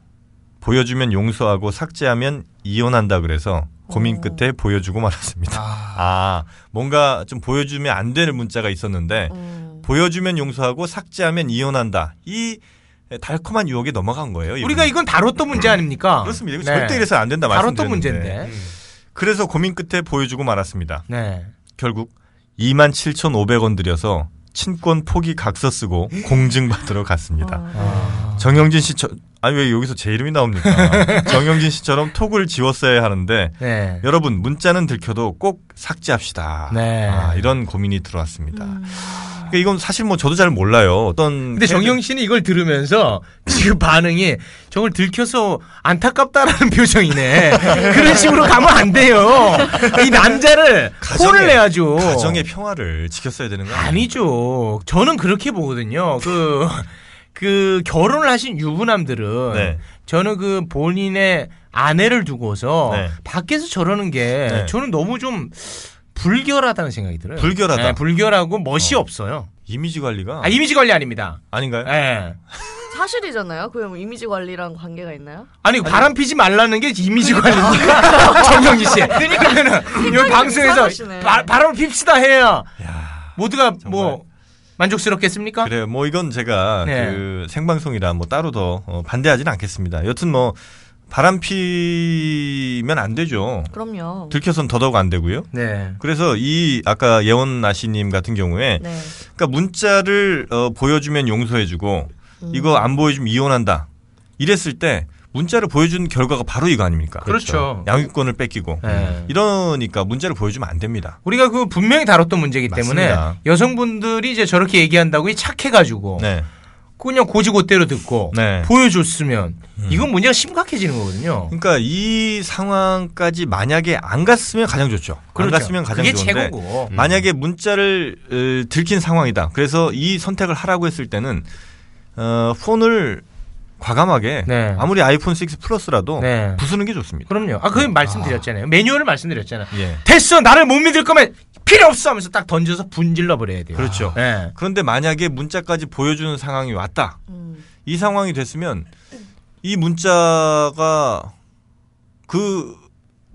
[SPEAKER 4] 보여주면 용서하고 삭제하면 이혼한다 그래서 고민 끝에 보여주고 말았습니다. *laughs* 아, 뭔가 좀 보여주면 안 되는 문자가 있었는데
[SPEAKER 6] 음.
[SPEAKER 4] 보여주면 용서하고 삭제하면 이혼한다. 이 달콤한 유혹에 넘어간 거예요. 이분이.
[SPEAKER 5] 우리가 이건 다뤘던 문제 아닙니까?
[SPEAKER 4] 그렇습니다. 이거
[SPEAKER 5] 네.
[SPEAKER 4] 절대 이래서 안 된다 말씀드렸는데.
[SPEAKER 5] 다뤘던 문제인데.
[SPEAKER 4] 그래서 고민 끝에 보여주고 말았습니다.
[SPEAKER 5] 네.
[SPEAKER 4] 결국 27,500원 들여서 친권 포기 각서 쓰고 공증 받으러 갔습니다.
[SPEAKER 5] 아.
[SPEAKER 4] 정영진 씨, 저, 아니 왜 여기서 제 이름이
[SPEAKER 5] *laughs*
[SPEAKER 4] 나옵니까? 정영진 씨처럼 톡을 지웠어야 하는데
[SPEAKER 5] 네.
[SPEAKER 4] 여러분 문자는 들켜도 꼭 삭제합시다.
[SPEAKER 5] 네.
[SPEAKER 4] 아, 이런 고민이 들어왔습니다. 그러니까 이건 사실 뭐 저도 잘 몰라요. 어떤
[SPEAKER 5] 근데 정영 씨는 이걸 들으면서 지금 반응이 저걸 들켜서 안타깝다라는 *laughs* 표정이네. 그런 식으로 가면 안 돼요. 이 남자를
[SPEAKER 4] 가정의-
[SPEAKER 5] 혼을 내야죠.
[SPEAKER 4] 가정의 평화를 지켰어야 되는 거 아니에요?
[SPEAKER 5] 아니죠. 저는 그렇게 *laughs* 보거든요. 그, 그 결혼을 하신 유부남들은
[SPEAKER 4] 네.
[SPEAKER 5] 저는 그 본인의 아내를 두고서
[SPEAKER 4] 네.
[SPEAKER 5] 밖에서 저러는 게
[SPEAKER 4] 네.
[SPEAKER 5] 저는 너무 좀 불결하다는 생각이 들어요.
[SPEAKER 4] 불결하다.
[SPEAKER 5] 네, 불결하고 멋이
[SPEAKER 4] 어. 네.
[SPEAKER 5] 없어요.
[SPEAKER 4] 이미지 관리가
[SPEAKER 5] 아, 이미지 관리 아닙니다.
[SPEAKER 4] 아닌가요?
[SPEAKER 5] 예.
[SPEAKER 6] 사실이잖아요. 그게 뭐 이미지 관리랑 관계가 있나요?
[SPEAKER 5] 아니, 바람 피지 말라는 게 이미지 관리니까 *laughs* 정영진 씨. 그러니까는 여기 방송에서
[SPEAKER 6] 비슷하시네.
[SPEAKER 5] 바, 바람을 핍시다 해야
[SPEAKER 4] 야,
[SPEAKER 5] 모두가
[SPEAKER 4] 정말.
[SPEAKER 5] 뭐 만족스럽겠습니까?
[SPEAKER 4] 그래요. 뭐 이건 제가
[SPEAKER 5] 네.
[SPEAKER 4] 그 생방송이라 뭐 따로 더 어, 반대하진 않겠습니다. 여튼 뭐 바람 피면 안 되죠.
[SPEAKER 6] 그럼요.
[SPEAKER 4] 들켜선 더더욱 안 되고요.
[SPEAKER 5] 네.
[SPEAKER 4] 그래서 이 아까 예원 아씨님 같은 경우에
[SPEAKER 6] 네.
[SPEAKER 4] 그러니까 문자를 어, 보여주면 용서해주고
[SPEAKER 5] 음.
[SPEAKER 4] 이거 안 보여주면 이혼한다 이랬을 때 문자를 보여준 결과가 바로 이거 아닙니까?
[SPEAKER 5] 그렇죠.
[SPEAKER 4] 양육권을 뺏기고
[SPEAKER 5] 네.
[SPEAKER 4] 이러니까 문자를 보여주면 안 됩니다.
[SPEAKER 5] 우리가 그 분명히 다뤘던 문제이기 때문에
[SPEAKER 4] 맞습니다.
[SPEAKER 5] 여성분들이 이제 저렇게 얘기한다고 이 착해가지고
[SPEAKER 4] 네,
[SPEAKER 5] 그냥 고지고대로 듣고
[SPEAKER 4] 네. 음.
[SPEAKER 5] 보여줬으면 이건 문제가 심각해지는 거거든요.
[SPEAKER 4] 그러니까 이 상황까지 만약에 안 갔으면 가장 좋죠.
[SPEAKER 5] 그렇죠.
[SPEAKER 4] 안 갔으면 가장
[SPEAKER 5] 그게
[SPEAKER 4] 좋은데
[SPEAKER 5] 최고고.
[SPEAKER 4] 음. 만약에 문자를 어, 들킨 상황이다. 그래서 이 선택을 하라고 했을 때는 어, 폰을 과감하게
[SPEAKER 5] 네.
[SPEAKER 4] 아무리 아이폰 6 플러스라도
[SPEAKER 5] 네.
[SPEAKER 4] 부수는 게 좋습니다.
[SPEAKER 5] 그럼요. 아, 그게 말씀드렸잖아요. 매뉴얼을 말씀드렸잖아요.
[SPEAKER 4] 네. 예.
[SPEAKER 5] 됐어! 나를 못 믿을 거면 필요 없어! 하면서 딱 던져서 분질러 버려야 돼요.
[SPEAKER 4] 그렇죠.
[SPEAKER 5] 예.
[SPEAKER 4] 그런데 만약에 문자까지 보여주는 상황이 왔다.
[SPEAKER 6] 음.
[SPEAKER 4] 이 상황이 됐으면 이 문자가 그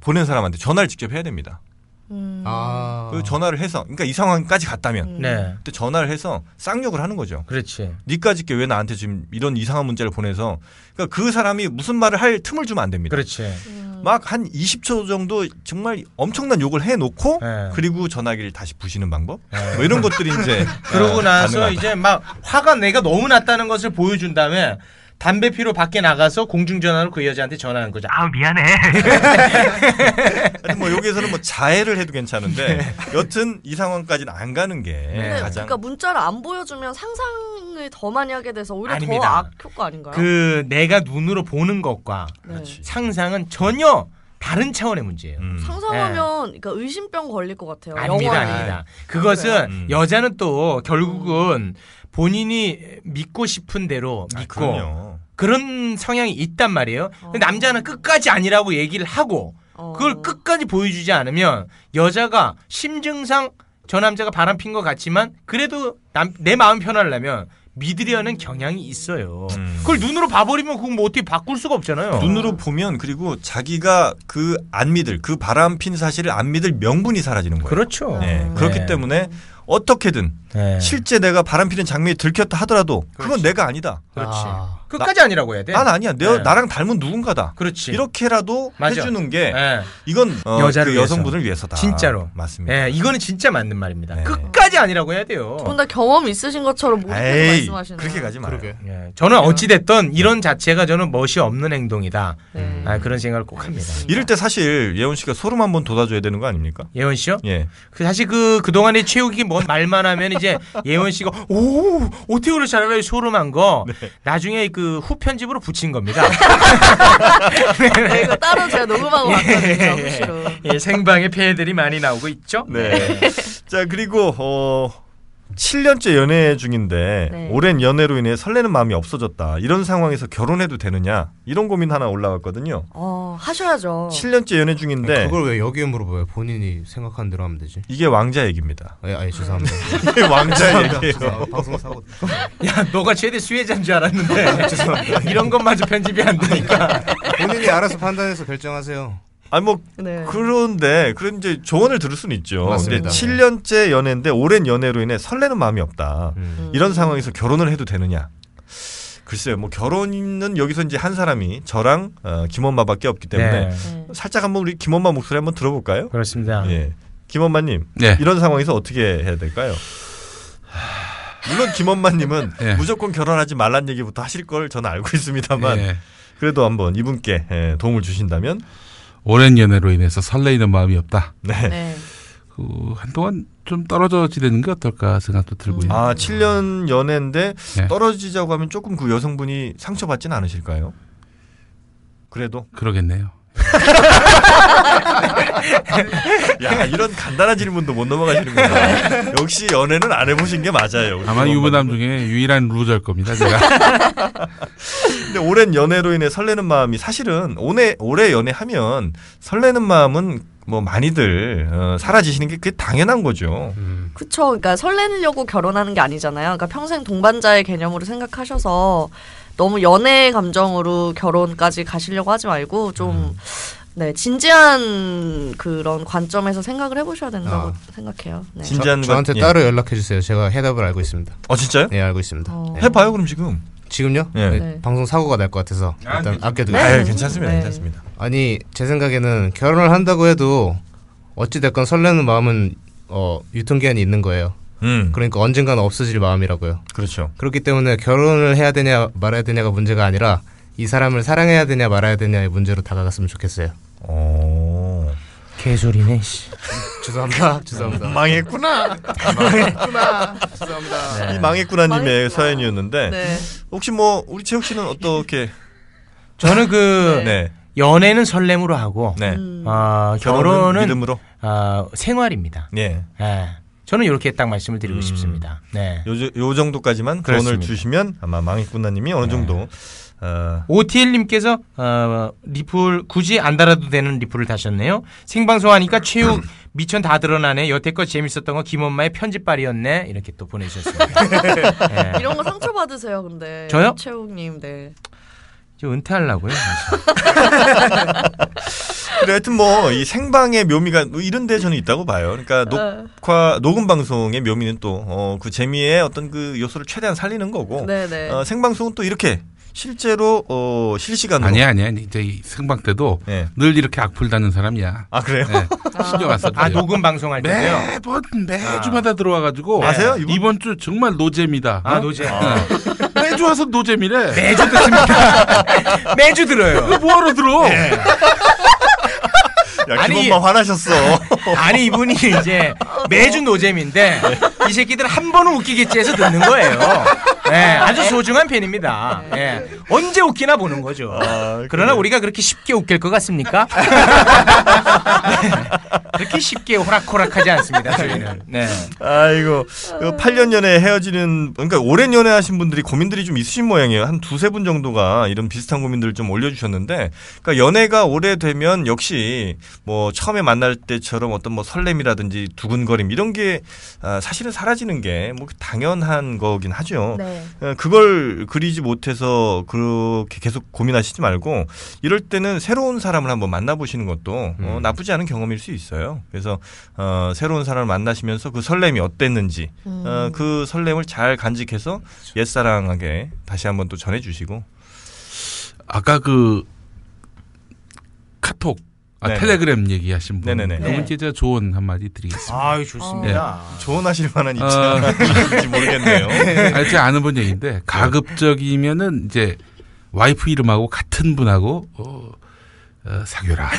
[SPEAKER 4] 보낸 사람한테 전화를 직접 해야 됩니다.
[SPEAKER 6] 음.
[SPEAKER 7] 아.
[SPEAKER 4] 그 전화를 해서 그러니까 이 상황까지 갔다면
[SPEAKER 6] 음.
[SPEAKER 5] 네.
[SPEAKER 4] 그때 전화를 해서 쌍욕을 하는 거죠.
[SPEAKER 5] 그렇지.
[SPEAKER 4] 니까짓게 왜 나한테 지금 이런 이상한 문자를 보내서 그러니까 그 사람이 무슨 말을 할 틈을 주면 안 됩니다.
[SPEAKER 5] 그렇지.
[SPEAKER 4] 네. 막 한 20초 정도 정말 엄청난 욕을 해놓고
[SPEAKER 5] 네.
[SPEAKER 4] 그리고 전화기를 다시 부시는 방법 뭐 이런 것들이 이제
[SPEAKER 5] 예. *laughs* 그러고
[SPEAKER 4] 어,
[SPEAKER 5] 나서
[SPEAKER 4] 가능하다.
[SPEAKER 5] 이제 막 화가 내가 너무 났다는 것을 보여준 다음에 담배 피로 밖에 나가서 공중전화로 그 여자한테 전화한 거죠. 아 미안해.
[SPEAKER 4] 하여튼 뭐 여기에서는 뭐 자해를 해도 괜찮은데
[SPEAKER 5] 예.
[SPEAKER 4] 여튼 이 상황까지는 안 가는 게
[SPEAKER 5] 네.
[SPEAKER 6] 근데
[SPEAKER 4] 가장
[SPEAKER 6] 그러니까 문자를 안 보여주면 상상을 더 많이 하게 돼서 오히려
[SPEAKER 5] 아닙니다.
[SPEAKER 6] 더 악효과 아닌가요?
[SPEAKER 5] 그 내가 눈으로 보는 것과
[SPEAKER 6] 네.
[SPEAKER 5] 상상은 전혀 다른 차원의 문제예요.
[SPEAKER 4] 음.
[SPEAKER 6] 상상하면 그러니까 의심병 걸릴 것 같아요.
[SPEAKER 5] 아닙니다,
[SPEAKER 6] 영원히.
[SPEAKER 5] 아닙니다. 그것은
[SPEAKER 4] 음.
[SPEAKER 5] 여자는 또 결국은 본인이 믿고 싶은 대로
[SPEAKER 4] 아,
[SPEAKER 5] 믿고
[SPEAKER 4] 그럼요.
[SPEAKER 5] 그런 성향이 있단 말이에요. 근데 남자는 끝까지 아니라고 얘기를 하고
[SPEAKER 6] 어.
[SPEAKER 5] 그걸 끝까지 보여주지 않으면 여자가 심증상 저 남자가 바람 핀 것 같지만 그래도 남- 내 마음 편하려면 믿으려는 경향이 있어요.
[SPEAKER 4] 음.
[SPEAKER 5] 그걸 눈으로 봐버리면 그건 뭐 어떻게 바꿀 수가 없잖아요.
[SPEAKER 4] 눈으로 보면 그리고 자기가 그 안 믿을 그 바람 핀 사실을 안 믿을 명분이 사라지는 거예요.
[SPEAKER 5] 그렇죠.
[SPEAKER 4] 네, 그렇기
[SPEAKER 5] 네.
[SPEAKER 4] 때문에 어떻게든
[SPEAKER 5] 네.
[SPEAKER 4] 실제 내가 바람 피는 장면이 들켰다 하더라도 그건
[SPEAKER 5] 그렇지.
[SPEAKER 4] 내가 아니다.
[SPEAKER 5] 그렇지.
[SPEAKER 7] 아.
[SPEAKER 5] 끝까지 아니라고 해야 돼.
[SPEAKER 4] 난 아니야. 내,
[SPEAKER 5] 네.
[SPEAKER 4] 나랑 닮은 누군가다.
[SPEAKER 5] 그렇지.
[SPEAKER 4] 이렇게라도
[SPEAKER 5] 맞아.
[SPEAKER 4] 해주는 게
[SPEAKER 5] 예.
[SPEAKER 4] 이건 어,
[SPEAKER 5] 여자를
[SPEAKER 4] 그
[SPEAKER 5] 위해서.
[SPEAKER 4] 여성분을 위해서다.
[SPEAKER 5] 진짜로.
[SPEAKER 4] 맞습니다.
[SPEAKER 5] 예, 이거는 진짜 맞는 말입니다.
[SPEAKER 4] 네.
[SPEAKER 5] 끝까지 아니라고 해야 돼요.
[SPEAKER 6] 두 분 다 경험 있으신 것처럼 모두
[SPEAKER 4] 에이
[SPEAKER 6] 말씀하시네요.
[SPEAKER 4] 그렇게 가지 마요.
[SPEAKER 7] 그러게.
[SPEAKER 5] 예, 저는 어찌됐든 이런 자체가 저는 멋이 없는 행동이다.
[SPEAKER 6] 네.
[SPEAKER 5] 아, 그런 생각을 꼭 합니다.
[SPEAKER 4] 이럴 때 사실 예원 씨가 소름 한번 돋아줘야 되는 거 아닙니까?
[SPEAKER 5] 예원 씨요?
[SPEAKER 4] 예.
[SPEAKER 5] 그 사실 그 그동안의 최욱이 뭔 말만 하면
[SPEAKER 4] *laughs*
[SPEAKER 5] 이제 예원 씨가 오 어떻게 그걸 잘하려 소름한 거
[SPEAKER 4] 네.
[SPEAKER 5] 나중에 그 후편집으로
[SPEAKER 4] *laughs*
[SPEAKER 5] 붙인 겁니다.
[SPEAKER 6] 네, 이거 따로
[SPEAKER 5] *laughs*
[SPEAKER 6] 제가 녹음하고 왔거든요. 혹시로.
[SPEAKER 5] 예, 생방에 폐해들이 많이 나오고 있죠.
[SPEAKER 4] 네. *laughs* 자 그리고 어 7년째 연애 중인데
[SPEAKER 6] 네.
[SPEAKER 4] 오랜 연애로 인해 설레는 마음이 없어졌다. 이런 상황에서 결혼해도 되느냐 이런 고민 하나 올라왔거든요.
[SPEAKER 6] 어, 하셔야죠.
[SPEAKER 4] 7년째 연애 중인데
[SPEAKER 7] 네, 그걸 왜 여기에 물어봐요? 본인이 생각한 대로 하면 되지.
[SPEAKER 4] 이게 왕자
[SPEAKER 7] *laughs*
[SPEAKER 4] 얘기입니다.
[SPEAKER 7] 예, 아예 죄송합니다.
[SPEAKER 4] *laughs* 왕자 얘기예요.
[SPEAKER 7] 죄송합니다. 아, 방송 사고.
[SPEAKER 5] 야, 너가 최대 수혜자인 줄 *laughs* 알았는데 이런 것마저 편집이 안 되니까.
[SPEAKER 7] 본인이 알아서 판단해서 결정하세요.
[SPEAKER 4] 아니 뭐
[SPEAKER 6] 네.
[SPEAKER 4] 그런데 그런 이제 조언을 들을 수는 있죠. 근데
[SPEAKER 7] 맞습니다.
[SPEAKER 4] 7년째 연애인데 오랜 연애로 인해 설레는 마음이 없다.
[SPEAKER 7] 음.
[SPEAKER 4] 이런 상황에서 결혼을 해도 되느냐? 글쎄요, 뭐 결혼은 여기서 이제 한 사람이 저랑 어, 김엄마밖에 없기 때문에
[SPEAKER 5] 네.
[SPEAKER 6] 네.
[SPEAKER 4] 살짝 한번 우리 김엄마 목소리 한번 들어볼까요?
[SPEAKER 5] 그렇습니다.
[SPEAKER 4] 예, 김엄마님
[SPEAKER 8] 아. 네.
[SPEAKER 4] 이런 상황에서 어떻게 해야 될까요? 물론 김엄마님은
[SPEAKER 8] *laughs* 예.
[SPEAKER 4] 무조건 결혼하지 말란 얘기부터 하실 걸 저는 알고 있습니다만
[SPEAKER 8] 예.
[SPEAKER 4] 그래도 한번 이분께 예, 도움을 주신다면
[SPEAKER 8] 오랜 연애로 인해서 설레이는 마음이 없다.
[SPEAKER 4] 네.
[SPEAKER 6] 네.
[SPEAKER 8] 그 한동안 좀 떨어져 지내는 게 어떨까 생각도 들고 있는.
[SPEAKER 4] 아, 7년 연애인데
[SPEAKER 8] 네. 예.
[SPEAKER 4] 떨어지자고 하면 조금 그 여성분이 상처받진 않으실까요? 그래도
[SPEAKER 8] 그러겠네요.
[SPEAKER 4] 야 이런 간단한 질문도 못
[SPEAKER 8] *laughs*
[SPEAKER 4] 넘어가시는구나. 역시 연애는 안 해보신 게 맞아요.
[SPEAKER 8] 아마 유부남 중에 유일한 루저일 겁니다. 제가
[SPEAKER 4] *laughs* 근데 오랜 연애로 인해 설레는 마음이 사실은 오래 오래 연애하면 설레는 마음은 뭐 많이들 어, 사라지시는 게 그게 당연한 거죠.
[SPEAKER 6] 그쵸. 그러니까 설레려고 결혼하는 게 아니잖아요. 그러니까 평생 동반자의 개념으로 생각하셔서 너무 연애 감정으로 결혼까지 가시려고 하지 말고
[SPEAKER 4] 음.
[SPEAKER 6] 좀 네, 진지한 그런 관점에서 생각을 해보셔야 된다고
[SPEAKER 7] 아.
[SPEAKER 6] 생각해요. 네.
[SPEAKER 4] 진- 진지한
[SPEAKER 7] 저, 저한테
[SPEAKER 4] 것- 예.
[SPEAKER 7] 따로 연락해 주세요. 제가 해답을 알고 있습니다.
[SPEAKER 4] 어 진짜요?
[SPEAKER 7] 네 알고 있습니다.
[SPEAKER 6] 어.
[SPEAKER 7] 네.
[SPEAKER 4] 해봐요 그럼 지금.
[SPEAKER 7] 지금요?
[SPEAKER 4] 예.
[SPEAKER 7] 네,
[SPEAKER 6] 네.
[SPEAKER 7] 방송 사고가 날 것 같아서 일단 아껴두겠습니다.
[SPEAKER 4] 아 괜찮습니다,
[SPEAKER 6] 네.
[SPEAKER 4] 괜찮습니다.
[SPEAKER 7] 아니 제 생각에는 결혼을 한다고 해도 어찌 됐건 설레는 마음은 어, 유통기한이 있는 거예요.
[SPEAKER 4] 음,
[SPEAKER 7] 그러니까 언젠가는 없어질 마음이라고요.
[SPEAKER 4] 그렇죠.
[SPEAKER 7] 그렇기 때문에 결혼을 해야 되냐 말아야 되냐가 문제가 아니라 이 사람을 사랑해야 되냐 말아야 되냐의 문제로 다가갔으면 좋겠어요.
[SPEAKER 4] 어.
[SPEAKER 5] 개소리네. 씨.
[SPEAKER 7] 죄송합니다. *laughs* 죄송합니다.
[SPEAKER 4] 망했구나. 이 망했구나님의
[SPEAKER 6] 망했구나.
[SPEAKER 4] 사연이었는데
[SPEAKER 6] 네.
[SPEAKER 4] 혹시 뭐 우리 채욱 씨는 어떻게?
[SPEAKER 5] 저는 그
[SPEAKER 4] 네,
[SPEAKER 5] 연애는 설렘으로 하고
[SPEAKER 4] 네.
[SPEAKER 5] 아,
[SPEAKER 4] 결혼은
[SPEAKER 5] 결혼은
[SPEAKER 4] 믿음으로.
[SPEAKER 5] 아, 생활입니다.
[SPEAKER 4] 예.
[SPEAKER 5] 예. 저는 이렇게 딱 말씀을 드리고 싶습니다. 네.
[SPEAKER 4] 요, 요 정도까지만 돈을
[SPEAKER 5] 그렇습니다.
[SPEAKER 4] 주시면 아마 망했구나님이 어느 정도 어,
[SPEAKER 5] OTL님께서 어, 리플 굳이 안 달아도 되는 리플을 다셨네요. 생방송 하니까 *laughs* 최욱 미천 다 드러나네. 여태껏 재밌었던 거 김엄마의 편집발이었네. 이렇게 또 *laughs* 보내주셨습니다. 예.
[SPEAKER 6] 이런 거 상처받으세요, 근데.
[SPEAKER 5] 저요?
[SPEAKER 6] 최욱님, 네.
[SPEAKER 5] 이제 은퇴하려고요.
[SPEAKER 4] 그래 하여튼 뭐 이 생방의 묘미가 뭐 이런 데 저는 있다고 봐요. 그러니까 녹화 녹음 방송의 묘미는 또 그 재미의 어떤 그 요소를 최대한 살리는 거고
[SPEAKER 6] 네네.
[SPEAKER 4] 어, 생방송은 또 이렇게 실제로 어, 실시간으로
[SPEAKER 8] 아니야 아니야 이제 이 생방 때도
[SPEAKER 4] 예.
[SPEAKER 8] 늘 이렇게 악플 다는 사람이야.
[SPEAKER 4] 아 그래요?
[SPEAKER 8] 네. 신경 안 써도
[SPEAKER 5] 아
[SPEAKER 8] 돼요.
[SPEAKER 5] 녹음 방송할 때요.
[SPEAKER 8] 매번 매주마다 들어와가지고
[SPEAKER 4] 아. 아세요, 이분?
[SPEAKER 8] 이번 주 정말 노잼이다.
[SPEAKER 5] 아
[SPEAKER 8] 어?
[SPEAKER 5] 노제
[SPEAKER 8] 네. *laughs* 매주 와서 노잼이래.
[SPEAKER 5] 매주 듣습니다. *laughs* 매주 들어요. 예.
[SPEAKER 8] 뭐하러 들어?
[SPEAKER 4] *laughs* 야
[SPEAKER 5] 아니.
[SPEAKER 4] 김엄마
[SPEAKER 5] *laughs*
[SPEAKER 4] 화나셨어.
[SPEAKER 5] 아니 이분이 이제 매주 노잼인데 이 새끼들 한 번은 웃기겠지 해서 듣는 거예요. 예, 아주 소중한 팬입니다. 예, 언제 웃기나 보는 거죠.
[SPEAKER 4] 아,
[SPEAKER 5] 그러나
[SPEAKER 4] 그래요.
[SPEAKER 5] 우리가 그렇게 쉽게 웃길 것 같습니까? 네. 그렇게 쉽게 호락호락하지 않습니다. 저희는. 네.
[SPEAKER 4] 아이고 그 8년 연애 헤어지는 그러니까 오랜 연애하신 분들이 고민들이 좀 있으신 모양이에요. 한 두세 분 정도가 이런 비슷한 고민들을 좀 올려주셨는데 그러니까 연애가 오래되면 역시 뭐 처음에 만날 때처럼 어떤 뭐 설렘이라든지 두근거림 이런 게 아, 사실은 사라지는 게 뭐 당연한 거긴 하죠.
[SPEAKER 6] 네.
[SPEAKER 4] 어, 그걸 그리지 못해서 그렇게 계속 고민하시지 말고 이럴 때는 새로운 사람을 한번 만나보시는 것도 어, 나쁘지 않은 경험일 수 있어요. 그래서 어, 새로운 사람을 만나시면서 그 설렘이 어땠는지
[SPEAKER 5] 음.
[SPEAKER 4] 어, 그 설렘을 잘 간직해서
[SPEAKER 5] 그렇죠.
[SPEAKER 4] 옛사랑하게 다시 한번 또 전해주시고
[SPEAKER 8] 아까 그 카톡, 아,
[SPEAKER 4] 네네.
[SPEAKER 8] 텔레그램 얘기하신 분,
[SPEAKER 4] 네네네.
[SPEAKER 8] 그분께 제가 조언 한마디 드리겠습니다.
[SPEAKER 5] 아유 좋습니다.
[SPEAKER 4] 조언하실 만한
[SPEAKER 8] 아.
[SPEAKER 4] 입장인지 모르겠네요.
[SPEAKER 8] 아, 제가 아는 분 얘기인데 가급적이면은 이제 와이프 이름하고 같은 분하고 어, 어, 사귀어라.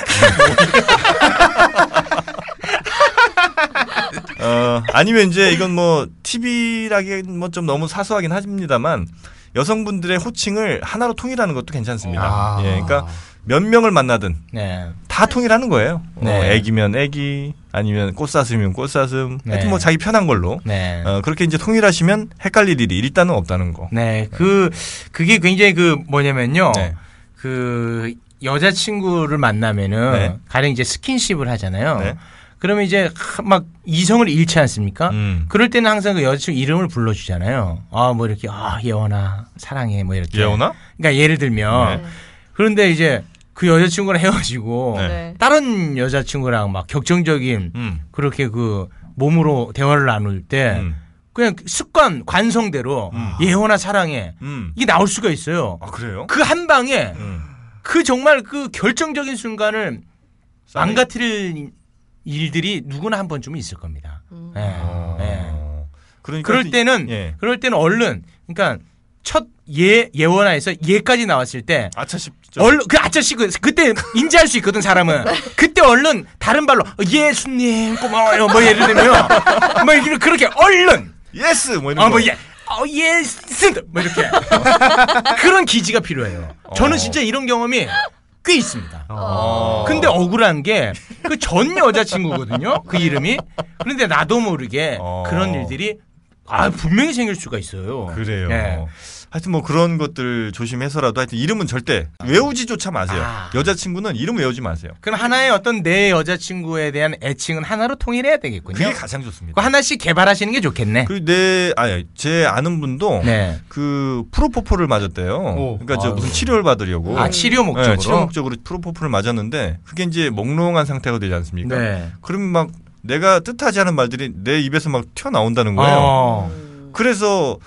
[SPEAKER 4] 어, 아니면 이제 이건 뭐 TV라기엔 뭐 좀 너무 사소하긴 합니다만 여성분들의 호칭을 하나로 통일하는 것도 괜찮습니다.
[SPEAKER 7] 아.
[SPEAKER 4] 예, 그러니까 몇 명을 만나든
[SPEAKER 5] 네.
[SPEAKER 4] 다 통일하는 거예요. 어,
[SPEAKER 5] 네.
[SPEAKER 4] 애기면 애기, 아니면 꽃사슴이면 꽃사슴.
[SPEAKER 5] 네.
[SPEAKER 4] 하여튼 뭐 자기 편한 걸로.
[SPEAKER 5] 네.
[SPEAKER 4] 어, 그렇게 이제 통일하시면 헷갈릴 일이 일단은 없다는 거.
[SPEAKER 5] 네, 그 그게 굉장히 그 뭐냐면요.
[SPEAKER 4] 네.
[SPEAKER 5] 그 여자친구를 만나면은
[SPEAKER 4] 네.
[SPEAKER 5] 가령 이제 스킨십을 하잖아요.
[SPEAKER 4] 네.
[SPEAKER 5] 그러면 이제 하- 막 이성을 잃지 않습니까?
[SPEAKER 4] 음.
[SPEAKER 5] 그럴 때는 항상 그 여자친구 이름을 불러주잖아요. 아, 뭐 이렇게 아 예원아 사랑해 뭐 이렇게.
[SPEAKER 4] 예원아?
[SPEAKER 5] 그러니까 예를 들면
[SPEAKER 6] 네.
[SPEAKER 5] 그런데 이제 그 여자친구랑 헤어지고
[SPEAKER 4] 네.
[SPEAKER 6] 네.
[SPEAKER 5] 다른 여자친구랑 막 격정적인
[SPEAKER 4] 음.
[SPEAKER 5] 그렇게 그 몸으로 대화를 나눌 때
[SPEAKER 4] 음.
[SPEAKER 5] 그냥 습관 관성대로 예원아 사랑해
[SPEAKER 4] 음.
[SPEAKER 5] 이게 나올 수가 있어요.
[SPEAKER 4] 아, 그래요?
[SPEAKER 5] 그 한 방에
[SPEAKER 4] 음.
[SPEAKER 5] 그 정말 그 결정적인 순간을
[SPEAKER 4] 싸네.
[SPEAKER 5] 망가뜨릴 일들이 누구나 한 번쯤은 있을 겁니다. 예,
[SPEAKER 4] 아.
[SPEAKER 5] 예.
[SPEAKER 4] 그러니까
[SPEAKER 5] 그럴 때는
[SPEAKER 4] 예.
[SPEAKER 5] 그럴 때는 얼른 그러니까 첫 예 예원화에서 예까지 나왔을 때
[SPEAKER 4] 아차 싶죠.
[SPEAKER 5] 얼른 그 아저씨 그 그때 인지할 수 있거든 사람은 그때 얼른 다른 발로 어, 예수님 고마워요 뭐 예를 들면 뭐 이렇게 그렇게 얼른
[SPEAKER 4] 예스! 뭐 이런 거.
[SPEAKER 5] 아뭐 예. 어, 예,
[SPEAKER 4] *laughs*
[SPEAKER 5] 쓴다. 뭐 이렇게. 그런 기지가 필요해요. 저는
[SPEAKER 4] 어.
[SPEAKER 5] 진짜 이런 경험이 꽤 있습니다.
[SPEAKER 4] 아.
[SPEAKER 5] 근데 어- 억울한 게 그 전 여자친구거든요. 그 이름이. 그런데 나도 모르게
[SPEAKER 4] 어.
[SPEAKER 5] 그런 일들이 아 분명히 생길 수가 있어요.
[SPEAKER 4] 그래요.
[SPEAKER 5] 예.
[SPEAKER 4] 하여튼 뭐 그런 것들 조심해서라도 하여튼 이름은 절대 외우지조차 마세요.
[SPEAKER 5] 아.
[SPEAKER 4] 여자친구는 이름 외우지 마세요.
[SPEAKER 5] 그럼 하나의 어떤 내 여자친구에 대한 애칭은 하나로 통일해야 되겠군요.
[SPEAKER 4] 그게 가장 좋습니다.
[SPEAKER 5] 그거 하나씩 개발하시는 게 좋겠네.
[SPEAKER 4] 그리고 내, 아니, 제 아는 분도
[SPEAKER 5] 네.
[SPEAKER 4] 그 프로포폴을 맞았대요.
[SPEAKER 5] 오.
[SPEAKER 4] 그러니까 저
[SPEAKER 5] 아유.
[SPEAKER 4] 무슨 치료를 받으려고.
[SPEAKER 5] 아 치료 목적으로.
[SPEAKER 4] 네, 치료 목적으로 프로포폴을 맞았는데 그게 이제 몽롱한 상태가 되지 않습니까?
[SPEAKER 5] 네.
[SPEAKER 4] 그러면 막 내가 뜻하지 않은 말들이 내 입에서 막 튀어나온다는 거예요.
[SPEAKER 5] 어.
[SPEAKER 4] 그래서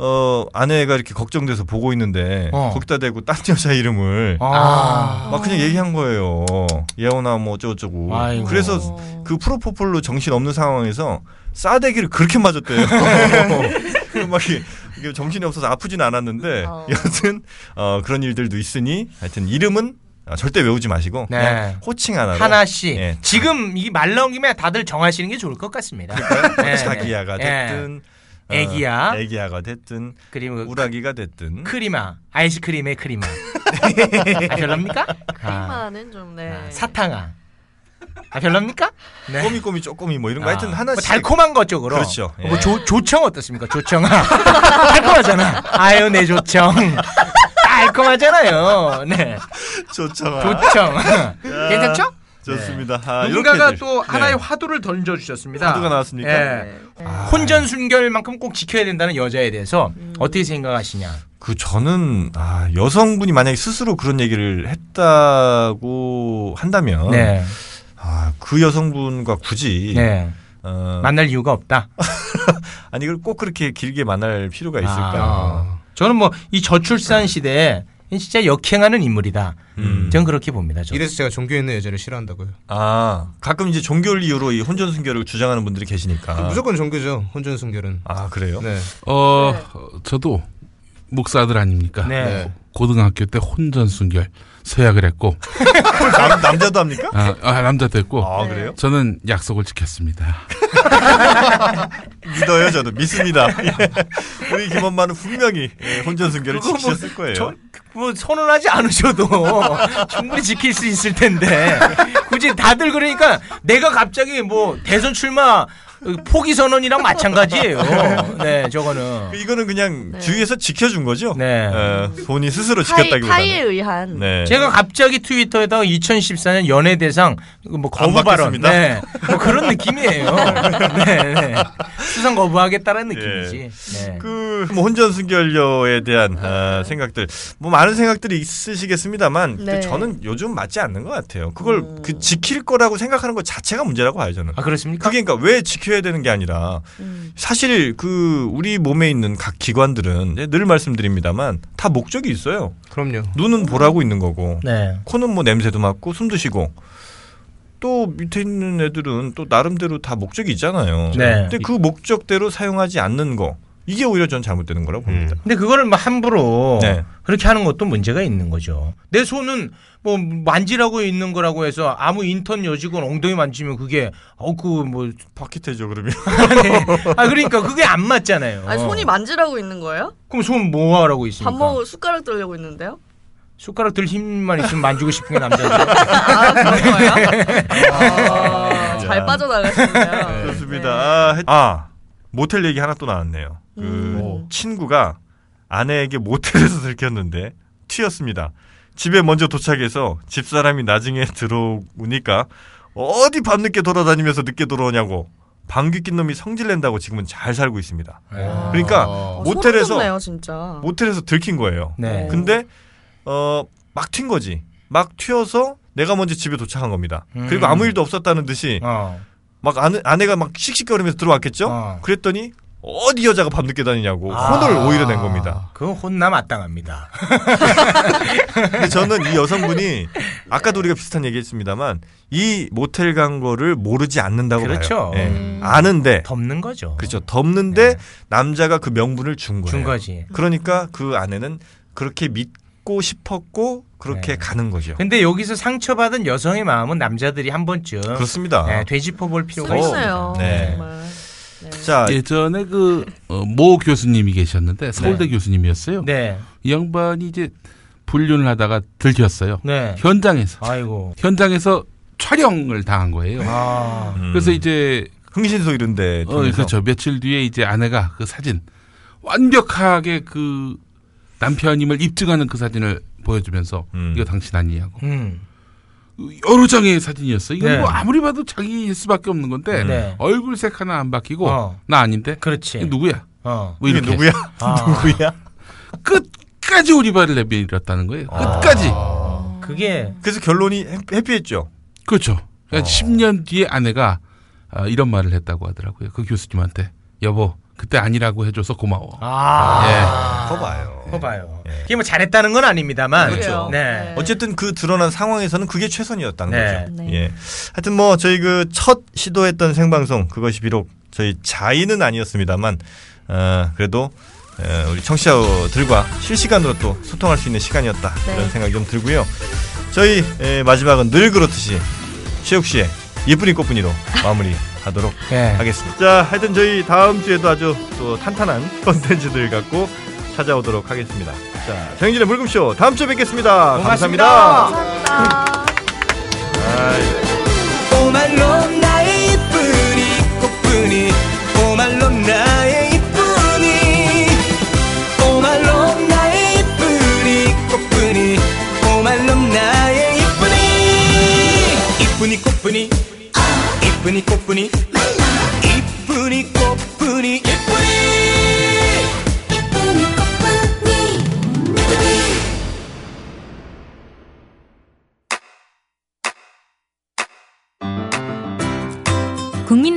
[SPEAKER 4] 어 아내가 이렇게 걱정돼서 보고 있는데
[SPEAKER 5] 어.
[SPEAKER 4] 거기다 대고 딴 여자 이름을
[SPEAKER 5] 아.
[SPEAKER 4] 막 그냥 얘기한 거예요. 예원아 뭐 어쩌고저쩌고.
[SPEAKER 5] 아이고.
[SPEAKER 4] 그래서 그 프로포폴로 정신 없는 상황에서 싸대기를 그렇게
[SPEAKER 5] *laughs*
[SPEAKER 4] 맞았대요. 그막 이게- 이게 정신이 없어서 아프진 않았는데
[SPEAKER 6] 어.
[SPEAKER 4] 여튼 어, 그런 일들도 있으니 하여튼 이름은 아, 절대 외우지 마시고
[SPEAKER 5] 네.
[SPEAKER 4] 그냥 호칭 하나로
[SPEAKER 5] 하나씩
[SPEAKER 4] 예.
[SPEAKER 5] 지금 이 말 나온 김에 다들 정하시는 게 좋을 것 같습니다. 네.
[SPEAKER 4] 자기야가
[SPEAKER 5] 예.
[SPEAKER 4] 됐든 어,
[SPEAKER 5] 애기야.
[SPEAKER 4] 애기야가 됐든
[SPEAKER 5] 그리고 그
[SPEAKER 4] 우라기가 됐든
[SPEAKER 5] 크리마
[SPEAKER 4] *laughs*
[SPEAKER 5] 아이스크림의 크리마 아 별납니까? 아,
[SPEAKER 6] 크리마는 좀 네.
[SPEAKER 5] 아, 사탕아 아 별납니까? 네.
[SPEAKER 4] 꼬미꼬미 쪼꼬미 뭐 이런 거 하여튼
[SPEAKER 5] 아,
[SPEAKER 4] 하나씩
[SPEAKER 5] 뭐 달콤한 것 쪽으로
[SPEAKER 4] 그렇죠. 예.
[SPEAKER 5] 뭐 조, 조청 어떻습니까? 조청아 *laughs* 달콤하잖아. 아유 내 조청 달콤하잖아요. 네
[SPEAKER 4] 좋잖아.
[SPEAKER 5] 조청 괜찮죠?
[SPEAKER 4] 좋습니다. 아,
[SPEAKER 5] 누군가가
[SPEAKER 4] 이렇게들.
[SPEAKER 5] 또
[SPEAKER 4] 네.
[SPEAKER 5] 하나의 화두를 던져 주셨습니다. 예.
[SPEAKER 4] 화두가 나왔습니까? 아, 네.
[SPEAKER 5] 혼전 순결만큼 꼭 지켜야 된다는 여자에 대해서 어떻게 생각하시냐?
[SPEAKER 4] 그 저는 아, 여성분이 만약에 스스로 그런 얘기를 했다고 한다면
[SPEAKER 5] 네,
[SPEAKER 4] 아, 그 여성분과 굳이
[SPEAKER 5] 네.
[SPEAKER 4] 어,
[SPEAKER 5] 만날 이유가 없다.
[SPEAKER 4] 아니 이걸 꼭 그렇게 길게 만날 필요가 있을까?
[SPEAKER 5] 아, 저는 뭐 이 저출산 시대에 진짜 역행하는 인물이다.
[SPEAKER 4] 음.
[SPEAKER 5] 저는 그렇게 봅니다. 저는.
[SPEAKER 7] 이래서 제가 종교 있는 여자를 싫어한다고요.
[SPEAKER 4] 아 가끔 이제 종교를 이유로 이 혼전 순결을 주장하는 분들이
[SPEAKER 5] 아.
[SPEAKER 4] 계시니까
[SPEAKER 7] 무조건 종교죠. 혼전 순결은.
[SPEAKER 4] 아 그래요?
[SPEAKER 7] 네.
[SPEAKER 8] 어, 저도 목사들 아닙니까?
[SPEAKER 5] 네.
[SPEAKER 8] 고등학교 때 혼전 순결 서약을 했고
[SPEAKER 4] 남, 남자도 합니까?
[SPEAKER 8] 아, 아, 남자도
[SPEAKER 5] 뭐.
[SPEAKER 8] 했고
[SPEAKER 4] 아
[SPEAKER 6] 네.
[SPEAKER 4] 그래요?
[SPEAKER 8] 저는 약속을 지켰습니다.
[SPEAKER 4] 믿어요 저도 믿습니다. 예. 우리 김엄마는 분명히 예, 혼전 순결을
[SPEAKER 5] 그거 뭐
[SPEAKER 4] 지키셨을 거예요.
[SPEAKER 5] 저- 뭐 선언하지 않으셔도 *laughs* 충분히 지킬 수 있을 텐데 굳이 다들 그러니까 내가 갑자기 뭐 대선 출마 그 포기 선언이랑 마찬가지예요. 네, 저거는.
[SPEAKER 4] 이거는 그냥 주위에서 지켜준 거죠.
[SPEAKER 5] 네.
[SPEAKER 4] 에, 본인 스스로
[SPEAKER 6] 네. 타이, 타이에
[SPEAKER 4] 지켰다기보다는.
[SPEAKER 6] 의한
[SPEAKER 4] 네.
[SPEAKER 5] 제가 갑자기 트위터에다가 2014년 연예대상 뭐 거부
[SPEAKER 4] 안
[SPEAKER 5] 발언,
[SPEAKER 4] 받겠습니다.
[SPEAKER 5] 네, 뭐
[SPEAKER 4] *laughs*
[SPEAKER 5] 그런 느낌이에요. 네, 네. 수상 거부하겠다는 느낌이지. 네.
[SPEAKER 4] 예. 그뭐 혼전 순결녀에 대한 아, 생각들 뭐 많은 생각들이 있으시겠습니다만 그
[SPEAKER 6] 네.
[SPEAKER 4] 저는 요즘 맞지 않는 것 같아요. 그걸 그 지킬 거라고 생각하는 것 자체가 문제라고 봐요 저는.
[SPEAKER 5] 아 그렇습니까?
[SPEAKER 4] 그게 그러니까 왜 지켜야 되는 게 아니라 사실 그 우리 몸에 있는 각 기관들은 이제 늘 말씀드립니다만 다 목적이 있어요.
[SPEAKER 7] 그럼요.
[SPEAKER 4] 눈은 보라고 있는 거고
[SPEAKER 5] 네.
[SPEAKER 4] 코는 뭐 냄새도 맡고 숨도 쉬고 또 밑에 있는 애들은 또 나름대로 다 목적이 있잖아요.
[SPEAKER 5] 네.
[SPEAKER 4] 근데 그 목적대로 사용하지 않는 거 이게 오히려 전 잘못되는 거라고 봅니다.
[SPEAKER 5] 근데 그거를 뭐 함부로
[SPEAKER 4] 네.
[SPEAKER 5] 그렇게 하는 것도 문제가 있는 거죠. 내 손은 뭐 만지라고 있는 거라고 해서 아무 인턴 여직원 엉덩이 만지면 그게 어그뭐
[SPEAKER 4] 파키테죠 그러면.
[SPEAKER 5] 아 그러니까 그게 안 맞잖아요.
[SPEAKER 6] 아니
[SPEAKER 4] 어.
[SPEAKER 6] 손이 만지라고 있는 거예요?
[SPEAKER 5] 그럼 손 뭐 하라고 있습니까?
[SPEAKER 6] 밥
[SPEAKER 4] 그러니까.
[SPEAKER 6] 먹고 숟가락 들려고 있는데요?
[SPEAKER 5] 숟가락 들 힘만 있으면 만지고 싶은 게 남자죠.
[SPEAKER 6] 아 그런 거예요? 아, 잘
[SPEAKER 4] *laughs*
[SPEAKER 6] 빠져나가시네요.
[SPEAKER 4] 좋습니다. 아, 했- 아, 모텔 얘기 하나 또 나왔네요. 그
[SPEAKER 6] 음.
[SPEAKER 4] 친구가 아내에게 모텔에서 *laughs* 들켰는데 튀었습니다. 집에 먼저 도착해서 집사람이 나중에 들어오니까 어디 밤늦게 돌아다니면서 늦게 들어오냐고 방귀 낀 놈이 성질낸다고 지금은 잘 살고 있습니다. 그러니까
[SPEAKER 6] 어,
[SPEAKER 4] 모텔에서
[SPEAKER 6] 소름 돋네요, 진짜.
[SPEAKER 4] 모텔에서 들킨 거예요.
[SPEAKER 5] 네.
[SPEAKER 4] 근데 어 막 튄 거지. 막 튀어서 내가 먼저 집에 도착한 겁니다. 그리고 아무 일도 없었다는 듯이
[SPEAKER 5] 음. 어.
[SPEAKER 4] 막 아내, 아내가 막 씩씩거리면서 들어왔겠죠?
[SPEAKER 5] 어. 아.
[SPEAKER 4] 그랬더니 어디 여자가 밤늦게 다니냐고 혼을 오히려 낸 겁니다.
[SPEAKER 5] 그건 혼나 마땅합니다.
[SPEAKER 4] 근데 저는 이
[SPEAKER 5] *laughs*
[SPEAKER 4] 여성분이 아까도 우리가 비슷한 얘기했습니다만 이 모텔 간 거를 모르지 않는다고 봐요.
[SPEAKER 5] 그렇죠.
[SPEAKER 4] 예. 아는데
[SPEAKER 5] 덮는 거죠.
[SPEAKER 4] 그렇죠. 덮는데
[SPEAKER 8] 네.
[SPEAKER 4] 남자가 그 명분을 준 거예요.
[SPEAKER 5] 준 거지.
[SPEAKER 4] 그러니까 그 아내는 그렇게 믿고 싶었고 그렇게
[SPEAKER 5] 네.
[SPEAKER 4] 가는 거죠.
[SPEAKER 5] 근데 여기서 상처받은 여성의 마음은 남자들이 한 번쯤
[SPEAKER 4] 그렇습니다.
[SPEAKER 5] 네, 되짚어볼 필요가
[SPEAKER 6] 슬프네요.
[SPEAKER 5] 있습니다.
[SPEAKER 4] 네.
[SPEAKER 6] 정말.
[SPEAKER 4] 자,
[SPEAKER 8] 예전에 어,
[SPEAKER 4] 네.
[SPEAKER 8] 그 모 교수님이 계셨는데 서울대 교수님이었어요.
[SPEAKER 5] 네.
[SPEAKER 8] 이 양반이 이제 불륜을 하다가 들켰어요.
[SPEAKER 9] 네.
[SPEAKER 8] 현장에서
[SPEAKER 9] 아이고.
[SPEAKER 8] 현장에서 촬영을 당한 거예요.
[SPEAKER 9] 아.
[SPEAKER 8] 그래서 이제
[SPEAKER 4] 음, 흥신소 이런데
[SPEAKER 8] 어, 그렇죠. 며칠 뒤에 이제 아내가 그 사진 완벽하게 그 남편임을 입증하는 그 사진을 보여주면서
[SPEAKER 4] 음.
[SPEAKER 8] 이거 당신 아니냐고
[SPEAKER 9] 음.
[SPEAKER 8] 여러 장의 사진이었어. 이건
[SPEAKER 9] 네.
[SPEAKER 8] 뭐 아무리 봐도 자기일 수밖에 없는
[SPEAKER 4] 음.
[SPEAKER 8] 건데
[SPEAKER 9] 네.
[SPEAKER 8] 얼굴색 하나 안 바뀌고
[SPEAKER 9] 어.
[SPEAKER 8] 나 아닌데
[SPEAKER 9] 그렇지.
[SPEAKER 8] 이거
[SPEAKER 4] 음.
[SPEAKER 8] 누구야?
[SPEAKER 9] 어.
[SPEAKER 8] 뭐
[SPEAKER 4] 이게
[SPEAKER 8] 이렇게
[SPEAKER 4] 누구야?
[SPEAKER 9] 아.
[SPEAKER 4] *laughs* 누구야?
[SPEAKER 8] 끝까지 오리발을 내밀었다는 거예요.
[SPEAKER 4] 아.
[SPEAKER 8] 끝까지
[SPEAKER 9] 그게
[SPEAKER 4] 그래서 결론이 해- 해피했죠.
[SPEAKER 8] 그렇죠.
[SPEAKER 4] 어.
[SPEAKER 8] 그러니까 10년 뒤에 아내가 아, 이런 말을 했다고 하더라고요. 그 교수님한테 여보 그때 아니라고 해줘서 고마워.
[SPEAKER 9] 아.
[SPEAKER 4] 거 봐요.
[SPEAKER 9] 그거 봐요.
[SPEAKER 4] 예.
[SPEAKER 9] 이게 뭐 잘했다는 건 아닙니다만.
[SPEAKER 6] 그래요.
[SPEAKER 9] 네.
[SPEAKER 4] 어쨌든 그 드러난 상황에서는 그게 최선이었다는
[SPEAKER 9] 네.
[SPEAKER 4] 거죠.
[SPEAKER 6] 네.
[SPEAKER 4] 예. 하여튼 뭐 저희 그 첫 시도했던 생방송 그것이 비록 저희 자의는 아니었습니다만 어, 그래도 어, 우리 청취자들과 실시간으로 또 소통할 수 있는 시간이었다
[SPEAKER 6] 네.
[SPEAKER 4] 이런 생각이 좀 들고요. 저희 에, 마지막은 늘 그렇듯이 최욱 씨의 예쁜이 꽃분이로 마무리하도록
[SPEAKER 9] 네.
[SPEAKER 4] 하겠습니다. 자, 하여튼 저희 다음 주에도 아주 또 탄탄한 *laughs* 컨텐츠들 갖고 찾아오도록 하겠습니다. 자, 정영진의 물금쇼 다음 주에 뵙겠습니다.
[SPEAKER 9] 고맙습니다.
[SPEAKER 4] 감사합니다.
[SPEAKER 9] 오말론 나의 이쁜이 꽃분이 오말론 나의 이쁜이 오말론 나의 이쁜이 꽃분이 오말론 나의 이쁜이 이쁜이 꽃분이 이쁜이 꽃분이 이쁜이 꽃분이 이쁜이
[SPEAKER 1] 이쁜이 꽃분이 이쁜이
[SPEAKER 2] 국민